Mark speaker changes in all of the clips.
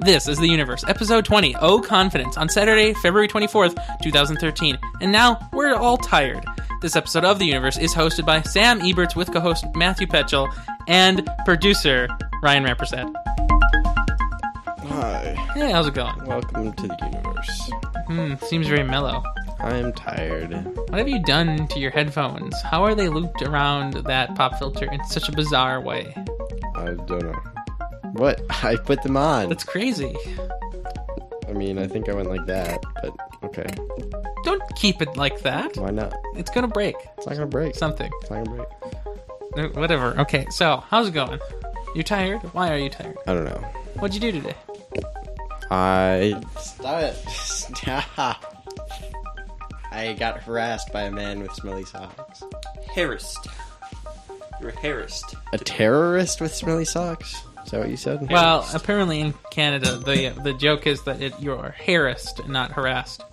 Speaker 1: This is The Universe, episode 20, Oh Confidence, on Saturday, February 24th, 2013. And now, we're all tired. This episode of The Universe is hosted by Sam Eberts with co host Matthew Petchel and producer Ryan Rampersad.
Speaker 2: Hi,
Speaker 1: Hey, how's it going?
Speaker 2: welcome to the universe.
Speaker 1: Hmm, seems very mellow.
Speaker 2: I am tired.
Speaker 1: What have you done to your headphones? How are they looped around that pop filter in such a bizarre way?
Speaker 2: I don't know. What? I put them on.
Speaker 1: That's crazy.
Speaker 2: I mean, I think I went like that, but okay.
Speaker 1: Don't keep it like that.
Speaker 2: Why not?
Speaker 1: It's gonna break
Speaker 2: It's not gonna break. It's not
Speaker 1: something.
Speaker 2: gonna break.
Speaker 1: Uh, Whatever. Okay, so how's it going? You tired? Why are you tired?
Speaker 2: I don't know.
Speaker 1: What'd you do today?
Speaker 2: I. Stop it. Stop. I got harassed by a man with smelly socks.
Speaker 3: Harassed. You're harassed.
Speaker 2: A terrorist with smelly socks? Is that what you said?
Speaker 1: Well, apparently in Canada, the the joke is that it, you're harassed, not harassed.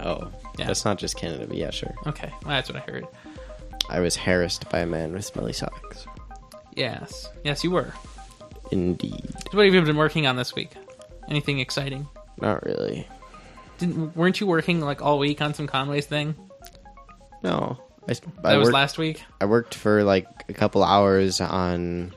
Speaker 2: Oh.
Speaker 1: Yeah.
Speaker 2: That's not just Canada, but yeah, sure.
Speaker 1: Okay, well, that's what I heard.
Speaker 2: I was harassed by a man with smelly socks.
Speaker 1: Yes, yes, you were.
Speaker 2: Indeed.
Speaker 1: So What have you been working on this week? Anything exciting?
Speaker 2: Not really.
Speaker 1: Didn't weren't you working like all week on some Conway's thing?
Speaker 2: No. I,
Speaker 1: That
Speaker 2: I
Speaker 1: was
Speaker 2: worked-
Speaker 1: last week.
Speaker 2: I worked for like a couple hours on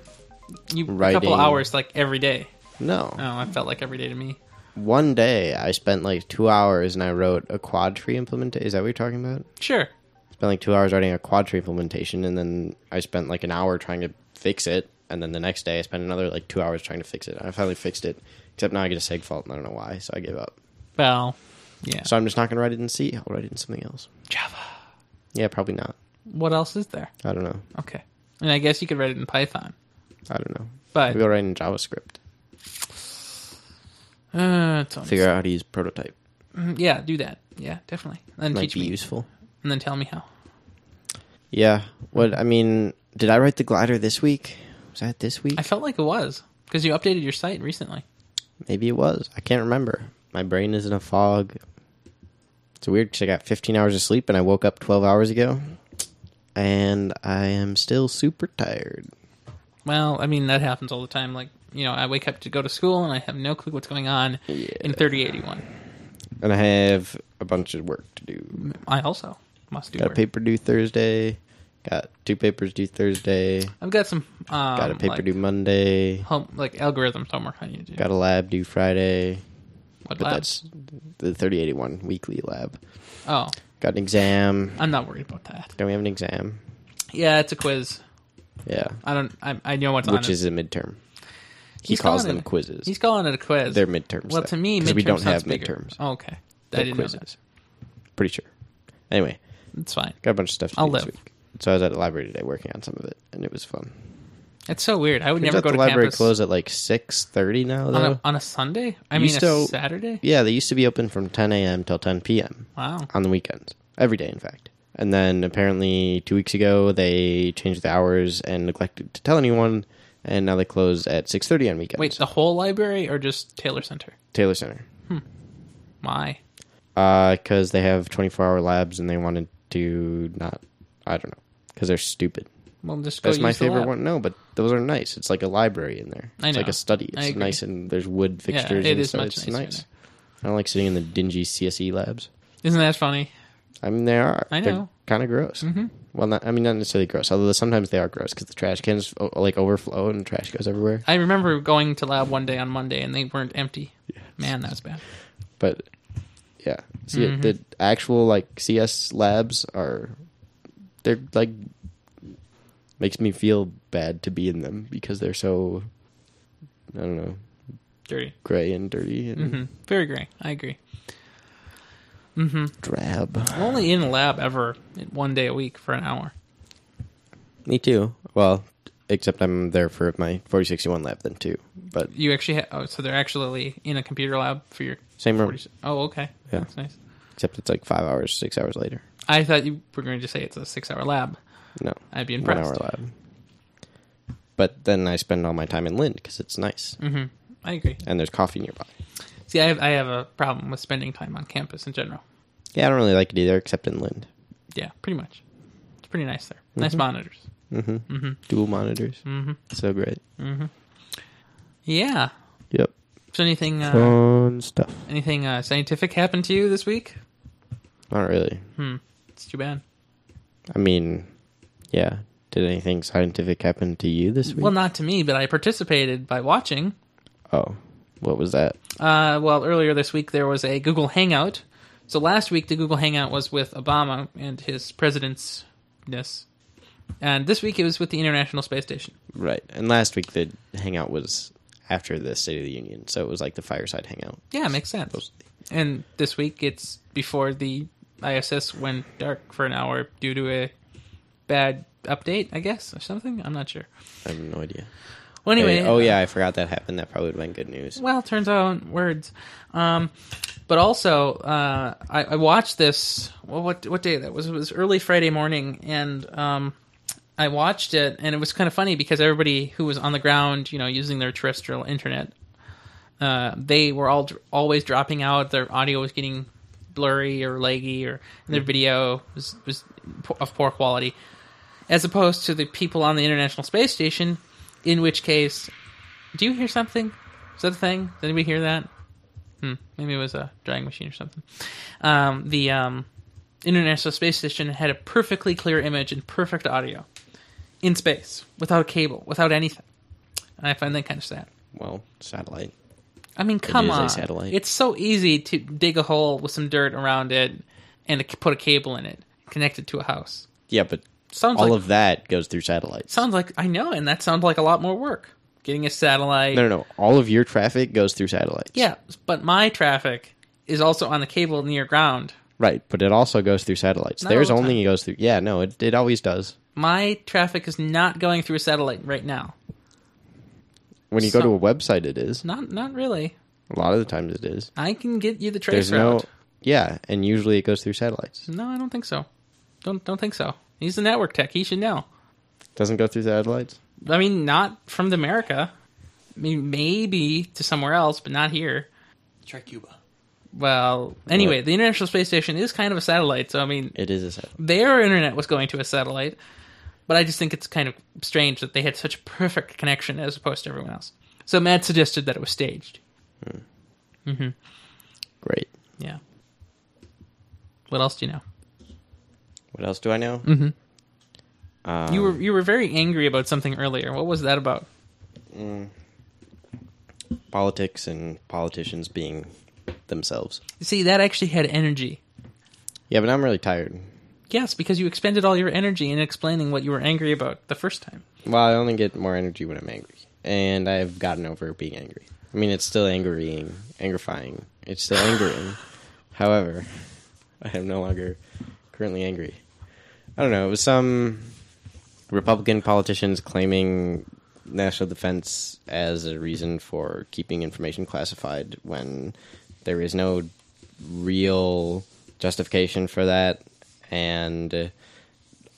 Speaker 1: You a
Speaker 2: Writing.
Speaker 1: couple hours like every day.
Speaker 2: no
Speaker 1: Oh, I felt like every day to me.
Speaker 2: one day. I spent like two hours and I wrote a quad tree implementation. Is that what you're talking about?
Speaker 1: Sure.
Speaker 2: Spent like two hours writing a quad tree implementation, and then I spent like an hour trying to fix it, and then the next day I spent another like two hours trying to fix it. And I finally fixed it, except now I get a seg fault and I don't know why, so I gave up.
Speaker 1: Well, yeah.
Speaker 2: So I'm just not gonna write it in C. I'll write it in something else.
Speaker 1: Java.
Speaker 2: Yeah, probably not.
Speaker 1: What else is there?
Speaker 2: I don't know.
Speaker 1: Okay. And I guess you could write it in Python,
Speaker 2: I don't know.
Speaker 1: but
Speaker 2: Maybe I'll write in JavaScript.
Speaker 1: uh, it's
Speaker 2: Figure out how to use prototype.
Speaker 1: Yeah, do that. Yeah, definitely. And
Speaker 2: Might
Speaker 1: teach
Speaker 2: be
Speaker 1: me,
Speaker 2: useful.
Speaker 1: and then tell me how.
Speaker 2: Yeah. What I mean, did I write the glider this week? Was that this week?
Speaker 1: I felt like it was because you updated your site recently.
Speaker 2: Maybe it was. I can't remember. My brain is in a fog. It's weird because I got 15 hours of sleep and I woke up 12 hours ago, and I am still super tired.
Speaker 1: Well, I mean that happens all the time. Like you know, I wake up to go to school and I have no clue what's going on in thirty eighty one.
Speaker 2: And I have a bunch of work to do.
Speaker 1: I also must do
Speaker 2: Got a
Speaker 1: work.
Speaker 2: paper due Thursday. Got two papers due Thursday.
Speaker 1: I've got some um,
Speaker 2: Got a paper
Speaker 1: like,
Speaker 2: due Monday.
Speaker 1: home like algorithms homework I need to do.
Speaker 2: Got a lab due Friday.
Speaker 1: What
Speaker 2: But
Speaker 1: lab?
Speaker 2: that's the 3081 weekly lab.
Speaker 1: Oh,
Speaker 2: Got an exam.
Speaker 1: I'm not worried about that.
Speaker 2: Don't we have an exam?
Speaker 1: Yeah, it's a quiz.
Speaker 2: Yeah.
Speaker 1: I don't. I, I know what's on
Speaker 2: which
Speaker 1: it.
Speaker 2: is a midterm. He
Speaker 1: He's
Speaker 2: calls
Speaker 1: calling
Speaker 2: them
Speaker 1: it-
Speaker 2: quizzes.
Speaker 1: He's calling it a quiz.
Speaker 2: They're midterms.
Speaker 1: well,
Speaker 2: though,
Speaker 1: to me,
Speaker 2: 'cause
Speaker 1: midterms
Speaker 2: we don't
Speaker 1: sounds
Speaker 2: have
Speaker 1: bigger.
Speaker 2: midterms.
Speaker 1: Oh, okay,
Speaker 2: They're
Speaker 1: I didn't know that.
Speaker 2: quizzes. Pretty sure. Anyway,
Speaker 1: It's fine.
Speaker 2: got a bunch of stuff to
Speaker 1: I'll
Speaker 2: do this
Speaker 1: live.
Speaker 2: week. So I was at the library today working on some of it, and it was fun.
Speaker 1: It's so weird. I would
Speaker 2: Turns
Speaker 1: never
Speaker 2: out
Speaker 1: go
Speaker 2: the
Speaker 1: to
Speaker 2: library
Speaker 1: campus
Speaker 2: closed at like six thirty now,
Speaker 1: on
Speaker 2: though.
Speaker 1: a, on a Sunday. I
Speaker 2: You
Speaker 1: mean,
Speaker 2: still-
Speaker 1: a Saturday.
Speaker 2: yeah, they used to be open from ten a.m. till ten p.m.
Speaker 1: Wow.
Speaker 2: on the weekends, every day, in fact. And then apparently two weeks ago they changed the hours and neglected to tell anyone, and now they close at six thirty on weekends.
Speaker 1: Wait, the whole library or just Taylor Center?
Speaker 2: Taylor Center.
Speaker 1: My.
Speaker 2: because Uh, they have 24 hour labs and they wanted to not i don't know because they're stupid
Speaker 1: Well, just go
Speaker 2: that's my
Speaker 1: Oh, use the
Speaker 2: favorite
Speaker 1: lab.
Speaker 2: one no but those are nice it's like a library in there
Speaker 1: I
Speaker 2: it's like
Speaker 1: know.
Speaker 2: a study
Speaker 1: I
Speaker 2: it's
Speaker 1: agree.
Speaker 2: nice and there's wood fixtures
Speaker 1: it
Speaker 2: and
Speaker 1: is
Speaker 2: stuff.
Speaker 1: much nicer
Speaker 2: it's
Speaker 1: in
Speaker 2: nice
Speaker 1: there.
Speaker 2: i don't like sitting in the dingy cse labs
Speaker 1: Isn't that funny?
Speaker 2: i mean they are
Speaker 1: I
Speaker 2: they're
Speaker 1: know.
Speaker 2: kind of gross mm-hmm. well not i mean not necessarily gross although sometimes they are gross because the trash cans o- like overflow and trash goes everywhere
Speaker 1: I remember going to lab one day on Monday and they weren't empty. Man, that's bad.
Speaker 2: but yeah see the actual like cs labs are they're like makes me feel bad to be in them because they're so i don't know
Speaker 1: Dirty.
Speaker 2: gray and dirty and
Speaker 1: hmm Very gray. I agree.
Speaker 2: drab
Speaker 1: I'm only in a lab ever one day a week for an hour.
Speaker 2: me too well except i'm there for my 4061 lab then too but
Speaker 1: You actually ha- oh, so they're actually in a computer lab for your.
Speaker 2: same room
Speaker 1: 40 Oh, okay.
Speaker 2: Yeah.
Speaker 1: That's nice.
Speaker 2: except it's like five hours six hours later
Speaker 1: I thought you were going to say it's a six-hour lab.
Speaker 2: no
Speaker 1: I'd be
Speaker 2: one
Speaker 1: impressed.
Speaker 2: hour lab but then i spend all my time in lynn because it's nice
Speaker 1: Mm. Mm-hmm. I agree.
Speaker 2: and there's coffee nearby
Speaker 1: See, I have, I have a problem with spending time on campus in general.
Speaker 2: yeah i don't really like it either except in lynn
Speaker 1: Yeah, pretty much. It's pretty nice there. Nice monitors.
Speaker 2: Mm-hmm.
Speaker 1: Mm-hmm.
Speaker 2: dual monitors. Mm-hmm. So great.
Speaker 1: Yeah.
Speaker 2: Yep.
Speaker 1: So anything, uh,
Speaker 2: Fun stuff.
Speaker 1: anything uh, scientific happened to you this week?
Speaker 2: Not really.
Speaker 1: Hmm. It's too bad.
Speaker 2: I mean, yeah. Did anything scientific happen to you this week?
Speaker 1: Well, not to me, but I participated by watching.
Speaker 2: oh, what was that?
Speaker 1: Uh, well, earlier this week there was a Google Hangout. So last week the Google Hangout was with Obama and his presidentsness, and this week it was with the International Space Station.
Speaker 2: Right. And last week the hangout was after the State of the Union, so it was like the fireside hangout.
Speaker 1: Yeah, makes sense. And this week it's before the ISS went dark for an hour due to a bad update, I guess, or something. I'm not sure.
Speaker 2: I have no idea.
Speaker 1: Well, anyway, uh,
Speaker 2: Hey, oh yeah, I forgot that happened. That probably would have been good news.
Speaker 1: Well, turns out words. Um, but also, uh, I, I watched this. Well, what what day that was? It was early Friday morning, and um, I watched it, and it was kind of funny because everybody who was on the ground, you know, using their terrestrial internet, uh, they were all dr- always dropping out. Their audio was getting blurry or laggy, or and their video was was po- of poor quality, as opposed to the people on the International Space Station, in which case do you hear something? Is that a thing? Did anybody hear that? Hmm. Maybe it was a drying machine or something. Um, the um, International Space Station had a perfectly clear image and perfect audio in space, without a cable, without anything. And I find that kind of sad.
Speaker 2: Well, satellite.
Speaker 1: I mean, come
Speaker 2: is a
Speaker 1: on.
Speaker 2: satellite.
Speaker 1: It's so easy to dig a hole with some dirt around it and to put a cable in it, connect it to a house.
Speaker 2: Yeah, but
Speaker 1: Sounds
Speaker 2: all
Speaker 1: like
Speaker 2: of that goes through satellites.
Speaker 1: sounds like I know, and that sounds like a lot more work. Getting a satellite,
Speaker 2: no, no, no. All of your traffic goes through satellites.
Speaker 1: Yeah, but my traffic is also on the cable near ground.
Speaker 2: Right, but it also goes through satellites.
Speaker 1: Not
Speaker 2: There's
Speaker 1: all the
Speaker 2: only goes through. Yeah, no, it, it always does.
Speaker 1: My traffic is not going through a satellite right now.
Speaker 2: When you go
Speaker 1: Some-
Speaker 2: to a website, it is.
Speaker 1: Not not really.
Speaker 2: A lot of the times, it is.
Speaker 1: I can get you the trace
Speaker 2: There's no.
Speaker 1: route.
Speaker 2: Yeah, and usually it goes through satellites.
Speaker 1: No... I don't think so. Don't don't think so. He's a network tech. He should know.
Speaker 2: Doesn't go through satellites.
Speaker 1: I mean, not from America. I mean, maybe to somewhere else, but not here.
Speaker 3: Try Cuba.
Speaker 1: Well, anyway, the International Space Station is kind of a satellite, so I mean,
Speaker 2: It is a satellite.
Speaker 1: their internet was going to a satellite. But I just think it's kind of strange that they had such a perfect connection as opposed to everyone else. So Matt suggested that it was staged.
Speaker 2: Great.
Speaker 1: Yeah. What else do you know?
Speaker 2: What else do I know?
Speaker 1: Mm-hmm. you were you were very angry about something earlier. What was that about?
Speaker 2: Politics and politicians being themselves.
Speaker 1: See, that actually had energy.
Speaker 2: Yeah, but I'm really tired.
Speaker 1: Yes, because you expended all your energy in explaining what you were angry about the first time.
Speaker 2: Well, I only get more energy when I'm angry, and I've gotten over being angry. I mean, it's still angering, angerifying. It's still angering. However, I am no longer currently angry. I don't know. It was some Republican politicians claiming national defense as a reason for keeping information classified when there is no real justification for that, and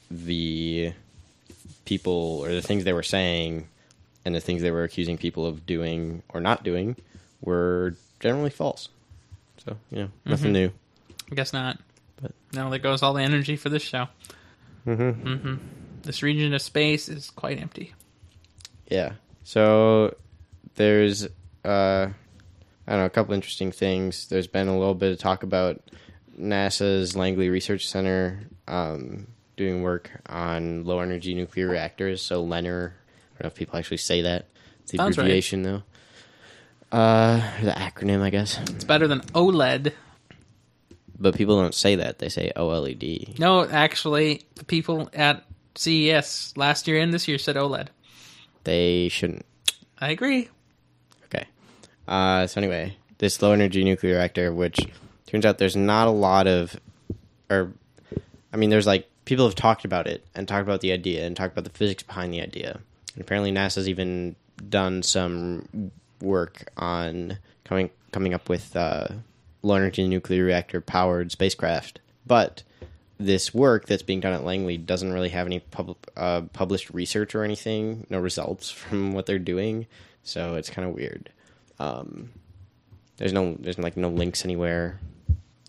Speaker 2: the people or the things they were saying and the things they were accusing people of doing or not doing were generally false. So, you know,
Speaker 1: Mm-hmm.
Speaker 2: nothing new.
Speaker 1: I guess not. But
Speaker 2: But-
Speaker 1: now there goes all the energy for this show. Mm-hmm. This region of space is quite empty.
Speaker 2: Yeah. So there's uh I don't know, a couple interesting things. There's been a little bit of talk about NASA's Langley Research Center um, doing work on low energy nuclear reactors. So Lenner, I don't know if people actually say that. It's the
Speaker 1: Sounds right.
Speaker 2: abbreviation though. Uh, or the acronym, I guess.
Speaker 1: It's better than E OLED.
Speaker 2: But people don't say that. They say E OLED.
Speaker 1: No, actually, the people at CES last year and this year said OLED.
Speaker 2: They shouldn't.
Speaker 1: I agree.
Speaker 2: Okay. Uh, so anyway, this low energy nuclear reactor, which turns out there's not a lot of, or, I mean, there's like people have talked about it and talked about the idea and talked about the physics behind the idea. And apparently, NASA's even done some work on coming coming up with uh, low energy nuclear reactor powered spacecraft, but. This work that's being done at Langley doesn't really have any pub- uh, published research or anything, no results from what they're doing, so it's kind of weird Um, there's no there's like no links anywhere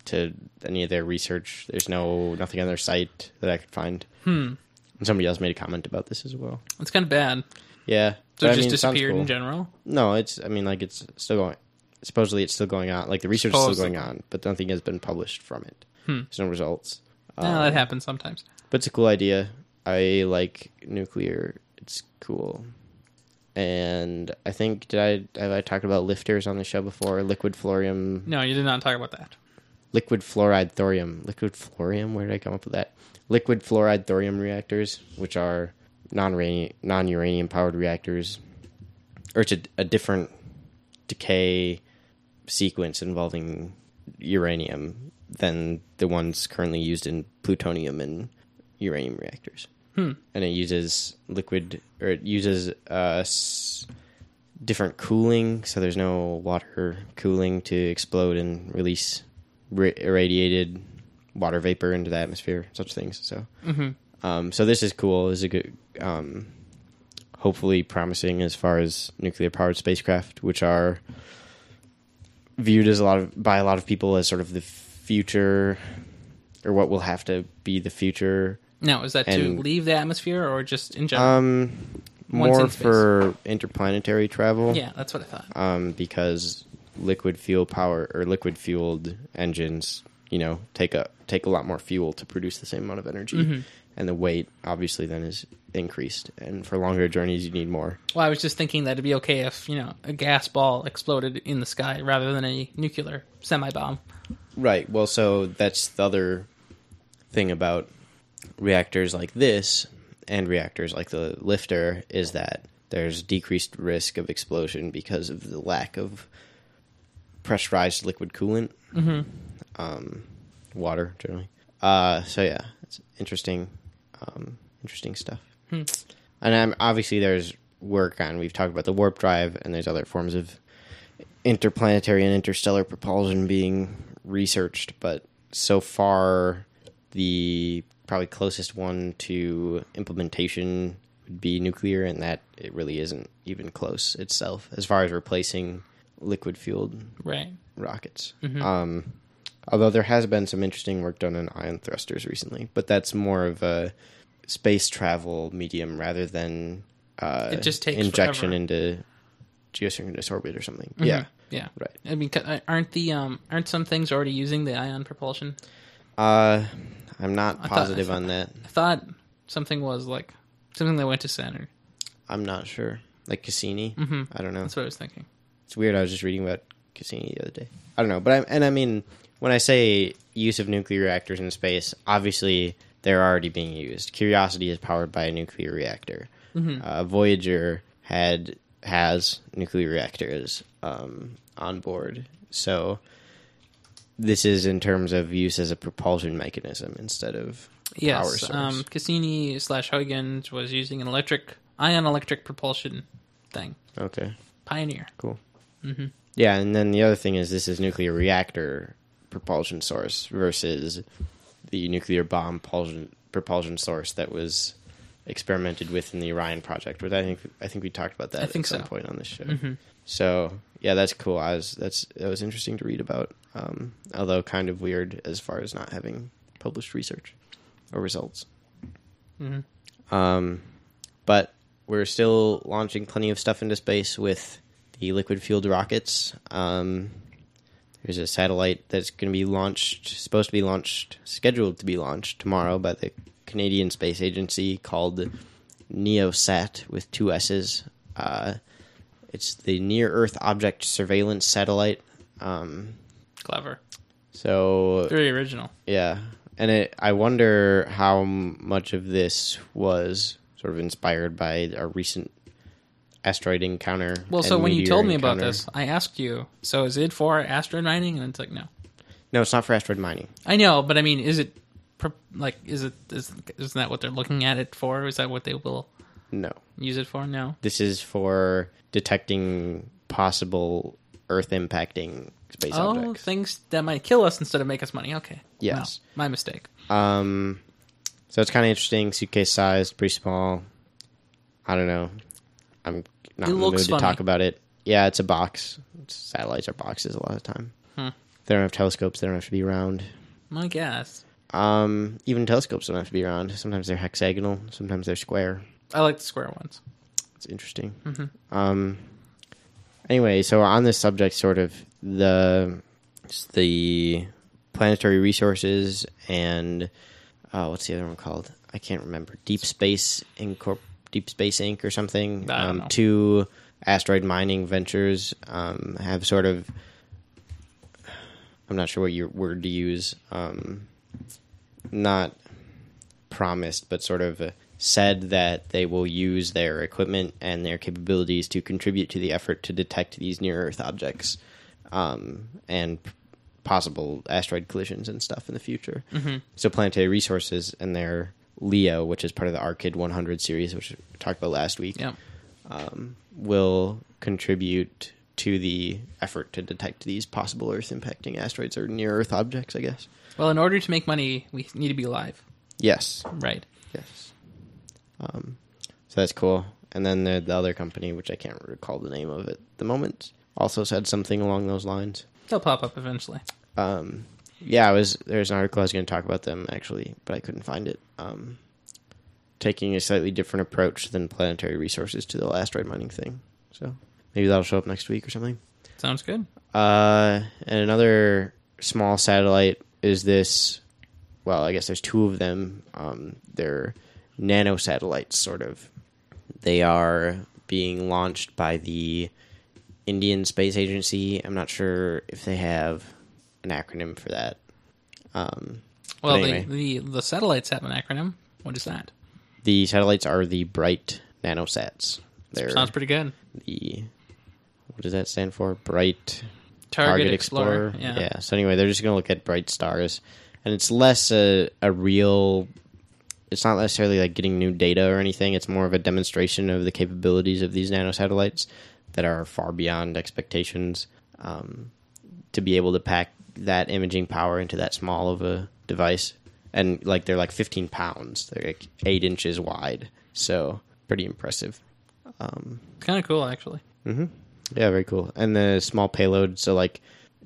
Speaker 2: to any of their research. There's no nothing on their site that I could find. Hmm. And somebody else made a comment about this as well.
Speaker 1: It's kind of bad.
Speaker 2: Yeah.
Speaker 1: So
Speaker 2: but
Speaker 1: it
Speaker 2: I
Speaker 1: just
Speaker 2: mean, sounds
Speaker 1: disappeared
Speaker 2: cool.
Speaker 1: in general.
Speaker 2: No, it's I mean like it's still going. supposedly it's still going on. Like the research is still
Speaker 1: Supposedly.
Speaker 2: going on, but nothing has been published from it.
Speaker 1: Hmm.
Speaker 2: There's no results.
Speaker 1: No, that happens sometimes.
Speaker 2: But it's a cool idea. I like nuclear. It's cool. And I think did I have I talked about lifters on the show before? Liquid fluorium,
Speaker 1: No, you did not talk about that.
Speaker 2: liquid fluoride thorium, liquid fluorium. Where did I come up with that? Liquid fluoride thorium reactors, which are non non uranium powered reactors, or it's a, a different decay sequence involving uranium than the ones currently used in plutonium and uranium reactors. And it uses liquid, or it uses uh, s- different cooling, so there's no water cooling to explode and release ra- irradiated water vapor into the atmosphere, such things. So,
Speaker 1: Mm-hmm.
Speaker 2: um, so this is cool. This is a good, um, hopefully promising as far as nuclear powered spacecraft, which are viewed as a lot of by a lot of people as sort of the future or what will have to be the future
Speaker 1: Now, is that to
Speaker 2: And-
Speaker 1: leave the atmosphere or just in general?
Speaker 2: um
Speaker 1: Once
Speaker 2: more
Speaker 1: in space.
Speaker 2: for interplanetary travel
Speaker 1: yeah, that's what I thought.
Speaker 2: um because liquid fuel power or liquid fueled engines you know take a take a lot more fuel to produce the same amount of energy and the weight obviously then is increased and for longer journeys you need more
Speaker 1: Well, I was just thinking that it'd be okay if you know a gas ball exploded in the sky rather than a nuclear semi bomb.
Speaker 2: Right. Well, so that's the other thing about reactors like this and reactors like the lifter is that there's decreased risk of explosion because of the lack of pressurized liquid coolant, mm-hmm. um, water generally. Uh, so yeah, it's interesting, um, interesting stuff. And um, obviously, there's work on. We've talked about the warp drive, and there's other forms of interplanetary and interstellar propulsion being researched, but so far the probably closest one to implementation would be nuclear, and that it really isn't even close itself as far as replacing liquid fueled
Speaker 1: Right.
Speaker 2: rockets.
Speaker 1: Mm-hmm.
Speaker 2: Um, although there has been some interesting work done on ion thrusters recently, but that's more of a space travel medium rather than uh,
Speaker 1: It just takes
Speaker 2: injection
Speaker 1: forever. Mm-hmm.
Speaker 2: into geosynchronous orbit or something. Yeah.
Speaker 1: Yeah.
Speaker 2: Right.
Speaker 1: I mean, ca- aren't the um aren't some things already using the ion propulsion?
Speaker 2: Uh, I'm not
Speaker 1: thought- I
Speaker 2: positive on that.
Speaker 1: I thought something was like something that went to Saturn.
Speaker 2: I'm not sure. Like Cassini. Mm-hmm. I don't know.
Speaker 1: That's what I was thinking.
Speaker 2: It's weird. I was just reading about Cassini the other day. I don't know, but I and I mean, when I say use of nuclear reactors in space, obviously they're already being used. Curiosity is powered by a nuclear reactor.
Speaker 1: Mm-hmm.
Speaker 2: Uh, Voyager had has nuclear reactors um, on board, so this is in terms of use as a propulsion mechanism instead of power
Speaker 1: Yes.
Speaker 2: source.
Speaker 1: Um, Cassini slash Huygens was using an electric ion electric propulsion thing.
Speaker 2: okay.
Speaker 1: Pioneer.
Speaker 2: Cool. Mm-hmm. Yeah, and then the other thing is this is nuclear reactor propulsion source versus the nuclear bomb propulsion propulsion source that was experimented with in the Orion project. But I think I think we talked about that
Speaker 1: I think
Speaker 2: at some
Speaker 1: so. Mm-hmm.
Speaker 2: point on this show. So yeah, that's cool. I was that's that was interesting to read about, um, although kind of weird as far as not having published research or results.
Speaker 1: Mm-hmm.
Speaker 2: Um, but we're still launching plenty of stuff into space with the liquid fueled rockets. Um, there's a satellite that's going to be launched, supposed to be launched, scheduled to be launched tomorrow by the Canadian Space Agency called NEOSAT with two S's. Uh, it's the Near Earth Object Surveillance Satellite. Um,
Speaker 1: Clever.
Speaker 2: so
Speaker 1: Very original.
Speaker 2: yeah, and it, I wonder how m- much of this was sort of inspired by our recent asteroid encounter.
Speaker 1: Well,
Speaker 2: and
Speaker 1: so when you
Speaker 2: meteor
Speaker 1: told me about
Speaker 2: encounter.
Speaker 1: this, I asked you, so is it for asteroid mining? And it's like, no.
Speaker 2: no, it's not for asteroid mining.
Speaker 1: I know, but I mean, is it pro- like is it is isn't that what they're looking at it for? Is that what they will
Speaker 2: No,
Speaker 1: use it for? No.
Speaker 2: this is for detecting possible Earth impacting space
Speaker 1: Oh,
Speaker 2: objects.
Speaker 1: things that might kill us instead of make us money. Okay.
Speaker 2: Yes.
Speaker 1: Wow, my mistake.
Speaker 2: Um, so it's kind of interesting. Suitcase sized, pretty small. I don't know. I'm
Speaker 1: It
Speaker 2: not in the mood
Speaker 1: looks
Speaker 2: to talk
Speaker 1: funny.
Speaker 2: about it. Yeah, it's a box. Satellites are boxes a lot of the time.
Speaker 1: Hmm.
Speaker 2: They don't have telescopes. They don't have to be round.
Speaker 1: My guess.
Speaker 2: Um, even telescopes don't have to be round. Sometimes they're hexagonal. Sometimes they're square.
Speaker 1: I like the square ones. Mm-hmm.
Speaker 2: It's interesting. Um, anyway, so on this subject, sort of, the it's the planetary resources and oh, what's the other one called? I can't remember. Deep Space Incorp, Deep Space Inc. or something.
Speaker 1: I don't
Speaker 2: Um,
Speaker 1: know.
Speaker 2: two asteroid mining ventures um, have sort of. I'm not sure what your word to use. Um, not promised, but sort of uh, said that they will use their equipment and their capabilities to contribute to the effort to detect these near Earth objects um, and p- possible asteroid collisions and stuff in the future. So, Planetary Resources and their LEO, which is part of the ARCID 100 series, which we talked about last week,
Speaker 1: Yeah.
Speaker 2: will contribute to the effort to detect these possible Earth impacting asteroids or near Earth objects, I guess.
Speaker 1: Well, in order to make money, we need to be alive,
Speaker 2: Yes.
Speaker 1: right?
Speaker 2: Yes. Um, so that's cool. And then the, the other company, which I can't recall the name of at the moment, also said something along those lines.
Speaker 1: They'll pop up eventually.
Speaker 2: Um, yeah, I was there's an article I was going to talk about them actually, but I couldn't find it. Um, taking a slightly different approach than planetary resources to the asteroid mining thing. So maybe that'll show up next week or something.
Speaker 1: Sounds good.
Speaker 2: Uh, and another small satellite is this. Well, I guess there's two of them. Um, they're nano satellites, sort of. They are being launched by the Indian Space Agency. I'm not sure if they have an acronym for that. Um,
Speaker 1: Well,
Speaker 2: anyway.
Speaker 1: the, the the satellites have an acronym. What is that?
Speaker 2: the satellites are the Bright Nanosats. They're
Speaker 1: Sounds pretty good.
Speaker 2: the what does that stand for? Bright
Speaker 1: Target, Explorer. Yeah.
Speaker 2: So anyway, they're just going to look at bright stars, and it's less a a real. It's not necessarily like getting new data or anything. It's more of a demonstration of the capabilities of these nanosatellites that are far beyond expectations. Um, to be able to pack that imaging power into that small of a device, and like they're like 15 pounds. They're like eight inches wide. So pretty impressive.
Speaker 1: It's kind of cool, actually.
Speaker 2: Yeah, very cool. And the small payload. So, like,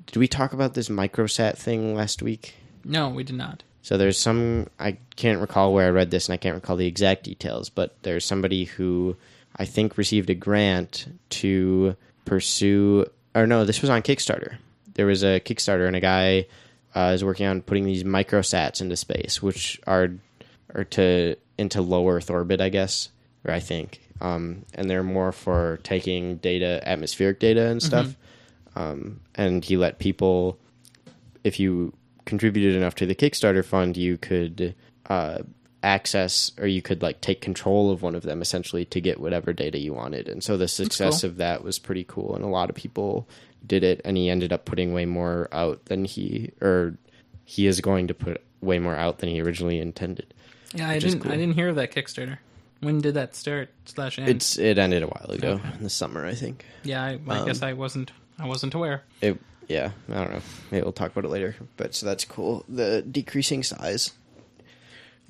Speaker 2: did we talk about this microsat thing last week?
Speaker 1: No, we did not.
Speaker 2: So there's some I can't recall where I read this, and I can't recall the exact details, but there's somebody who I think received a grant to pursue. Or no, this was on Kickstarter. There was a Kickstarter, and a guy uh, is working on putting these microsats into space, which are are to into low Earth orbit, I guess, or I think, um, and they're more for taking data, atmospheric data, and stuff. Um, and he let people if you contributed enough to the Kickstarter fund, you could uh, access or you could like take control of one of them essentially to get whatever data you wanted. And so the success
Speaker 1: cool.
Speaker 2: of that was pretty cool, and a lot of people did it. And he ended up putting way more out than he or he is going to put way more out than he originally intended.
Speaker 1: Yeah, I
Speaker 2: Which is
Speaker 1: didn't. I
Speaker 2: cool.
Speaker 1: didn't hear of that Kickstarter. When did that start? Slash end?
Speaker 2: It's it ended a while ago in the summer, I think.
Speaker 1: yeah, I, I
Speaker 2: um,
Speaker 1: guess I wasn't. I wasn't aware.
Speaker 2: It yeah, I don't know. Maybe we'll talk about it later. But so that's cool. The decreasing size.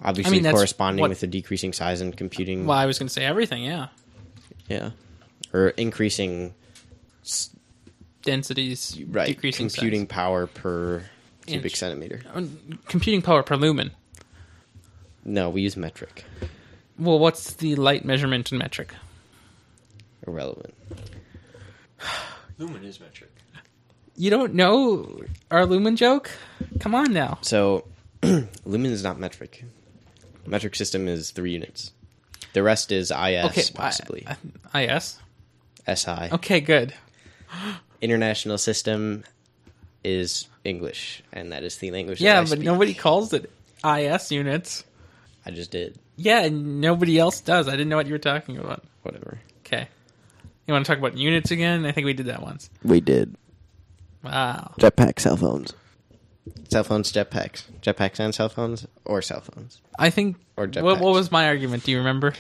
Speaker 2: Obviously
Speaker 1: that's
Speaker 2: corresponding
Speaker 1: what-
Speaker 2: with the decreasing size in computing.
Speaker 1: Well, I was going to say everything. Yeah,
Speaker 2: Yeah. Or increasing
Speaker 1: densities,
Speaker 2: right
Speaker 1: decreasing size.
Speaker 2: computing power per cubic
Speaker 1: Inch.
Speaker 2: centimeter.
Speaker 1: Um, computing power per lumen.
Speaker 2: No, we use metric.
Speaker 1: Well, what's the light measurement in metric?
Speaker 2: Irrelevant.
Speaker 3: Lumen is metric.
Speaker 1: You don't know our lumen joke? Come on now.
Speaker 2: So lumen is not metric. Metric system is three units. The rest is IS possibly.
Speaker 1: I, I, IS.
Speaker 2: SI.
Speaker 1: Okay, good.
Speaker 2: International system is English, and that is the language.
Speaker 1: Yeah,
Speaker 2: that I
Speaker 1: but
Speaker 2: speak.
Speaker 1: nobody calls it IS units.
Speaker 2: I just did.
Speaker 1: Yeah, and nobody else does. I didn't know what you were talking about.
Speaker 2: Whatever.
Speaker 1: Okay. You want to talk about units again? I think we did that once.
Speaker 2: We did.
Speaker 1: Wow.
Speaker 2: Jetpack cell phones. Cell phones, jetpacks. Jetpacks and cell phones, or cell phones.
Speaker 1: I think.
Speaker 2: Or
Speaker 1: what, what
Speaker 2: jetpacks.
Speaker 1: was my argument? Do you remember?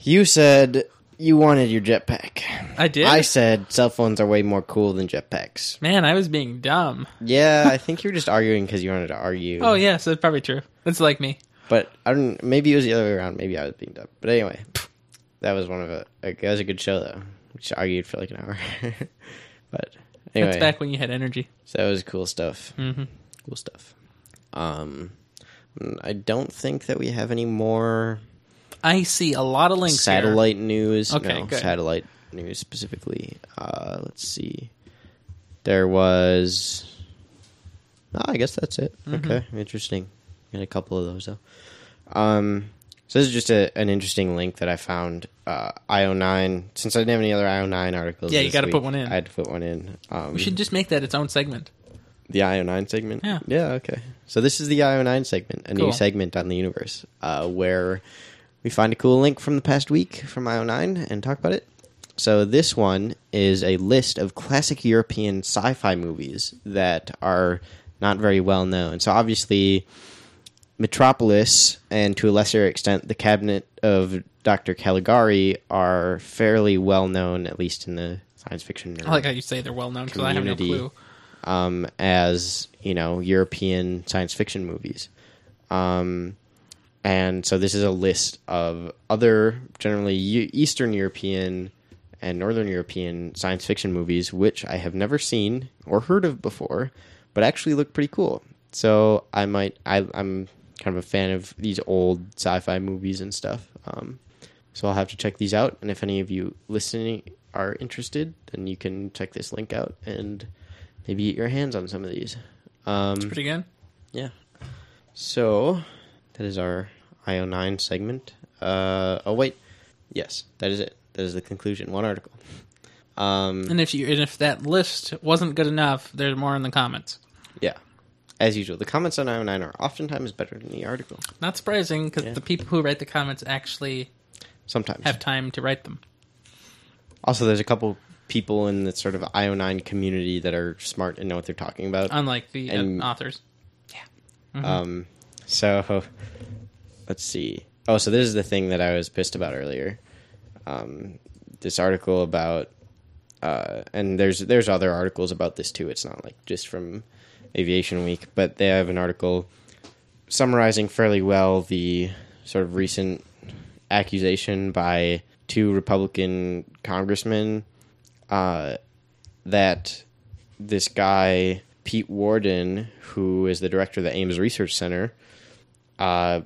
Speaker 2: You said you wanted your jetpack.
Speaker 1: I did.
Speaker 2: I said cell phones are way more cool than jetpacks.
Speaker 1: Man, I was being dumb.
Speaker 2: Yeah, I think you were just arguing because you wanted to argue.
Speaker 1: Oh yeah, so that's probably true. That's like me.
Speaker 2: But I don't. Maybe it was the other way around. Maybe I was being dumb. But anyway, that was one of a. That was a good show though. We just argued for like an hour. but anyway,
Speaker 1: That's back when you had energy.
Speaker 2: So that was cool stuff. Mm-hmm. Cool stuff. Um, I don't think that we have any more
Speaker 1: I see a lot of links. here.
Speaker 2: satellite news.
Speaker 1: Okay,
Speaker 2: no,
Speaker 1: good.
Speaker 2: satellite news specifically. Uh, let's see. There was. Oh, I guess that's it.
Speaker 1: Mm-hmm.
Speaker 2: Okay, interesting. Got a couple of those though. Um, so this is just a, an interesting link that I found. Uh, IO9. Since I didn't have any other IO9 articles,
Speaker 1: Yeah, you
Speaker 2: this
Speaker 1: gotta put
Speaker 2: week,
Speaker 1: one in.
Speaker 2: I had to put one in. Um,
Speaker 1: We should just make that its own segment.
Speaker 2: the IO9 segment?
Speaker 1: Yeah.
Speaker 2: Yeah, okay. So this is the IO9 segment, a
Speaker 1: Cool.
Speaker 2: new segment on the universe, uh, where we find a cool link from the past week from IO9 and talk about it. So this one is a list of classic European sci-fi movies that are not very well known. So obviously Metropolis and to a lesser extent The Cabinet of Dr. Caligari are fairly well known at least in the science fiction
Speaker 1: I like how you say they're well known because I have no
Speaker 2: Community.
Speaker 1: clue.
Speaker 2: um, as you know European science fiction movies. Um, and so this is a list of other generally Eu- Eastern European and Northern European science fiction movies which I have never seen or heard of before, but actually look pretty cool. So I might I, I'm kind of a fan of these old sci-fi movies and stuff. Um, so I'll have to check these out. And if any of you listening are interested, then you can check this link out and maybe get your hands on some of these. Um,
Speaker 1: Pretty good.
Speaker 2: yeah. So that is our IO9 segment. Uh, oh, wait. Yes, that is it. That is the conclusion. One article. Um,
Speaker 1: And if you and if that list wasn't good enough, there's more in the comments.
Speaker 2: yeah. As usual, the comments on IO9 are oftentimes better than the article.
Speaker 1: Not surprising because
Speaker 2: Yeah.
Speaker 1: the people who write the comments actually
Speaker 2: Sometimes.
Speaker 1: have time to write them.
Speaker 2: Also, there's a couple people in the sort of IO9 community that are smart and know what they're talking about.
Speaker 1: Unlike the uh,
Speaker 2: And-
Speaker 1: authors,
Speaker 2: Um, so let's see. Oh, so this is the thing that I was pissed about earlier. Um, this article about, uh, and there's there's other articles about this too. It's not like just from Aviation Week, but they have an article summarizing fairly well the sort of recent accusation by two Republican congressmen uh, that this guy Pete Warden, who is the director of the Ames Research Center, uh,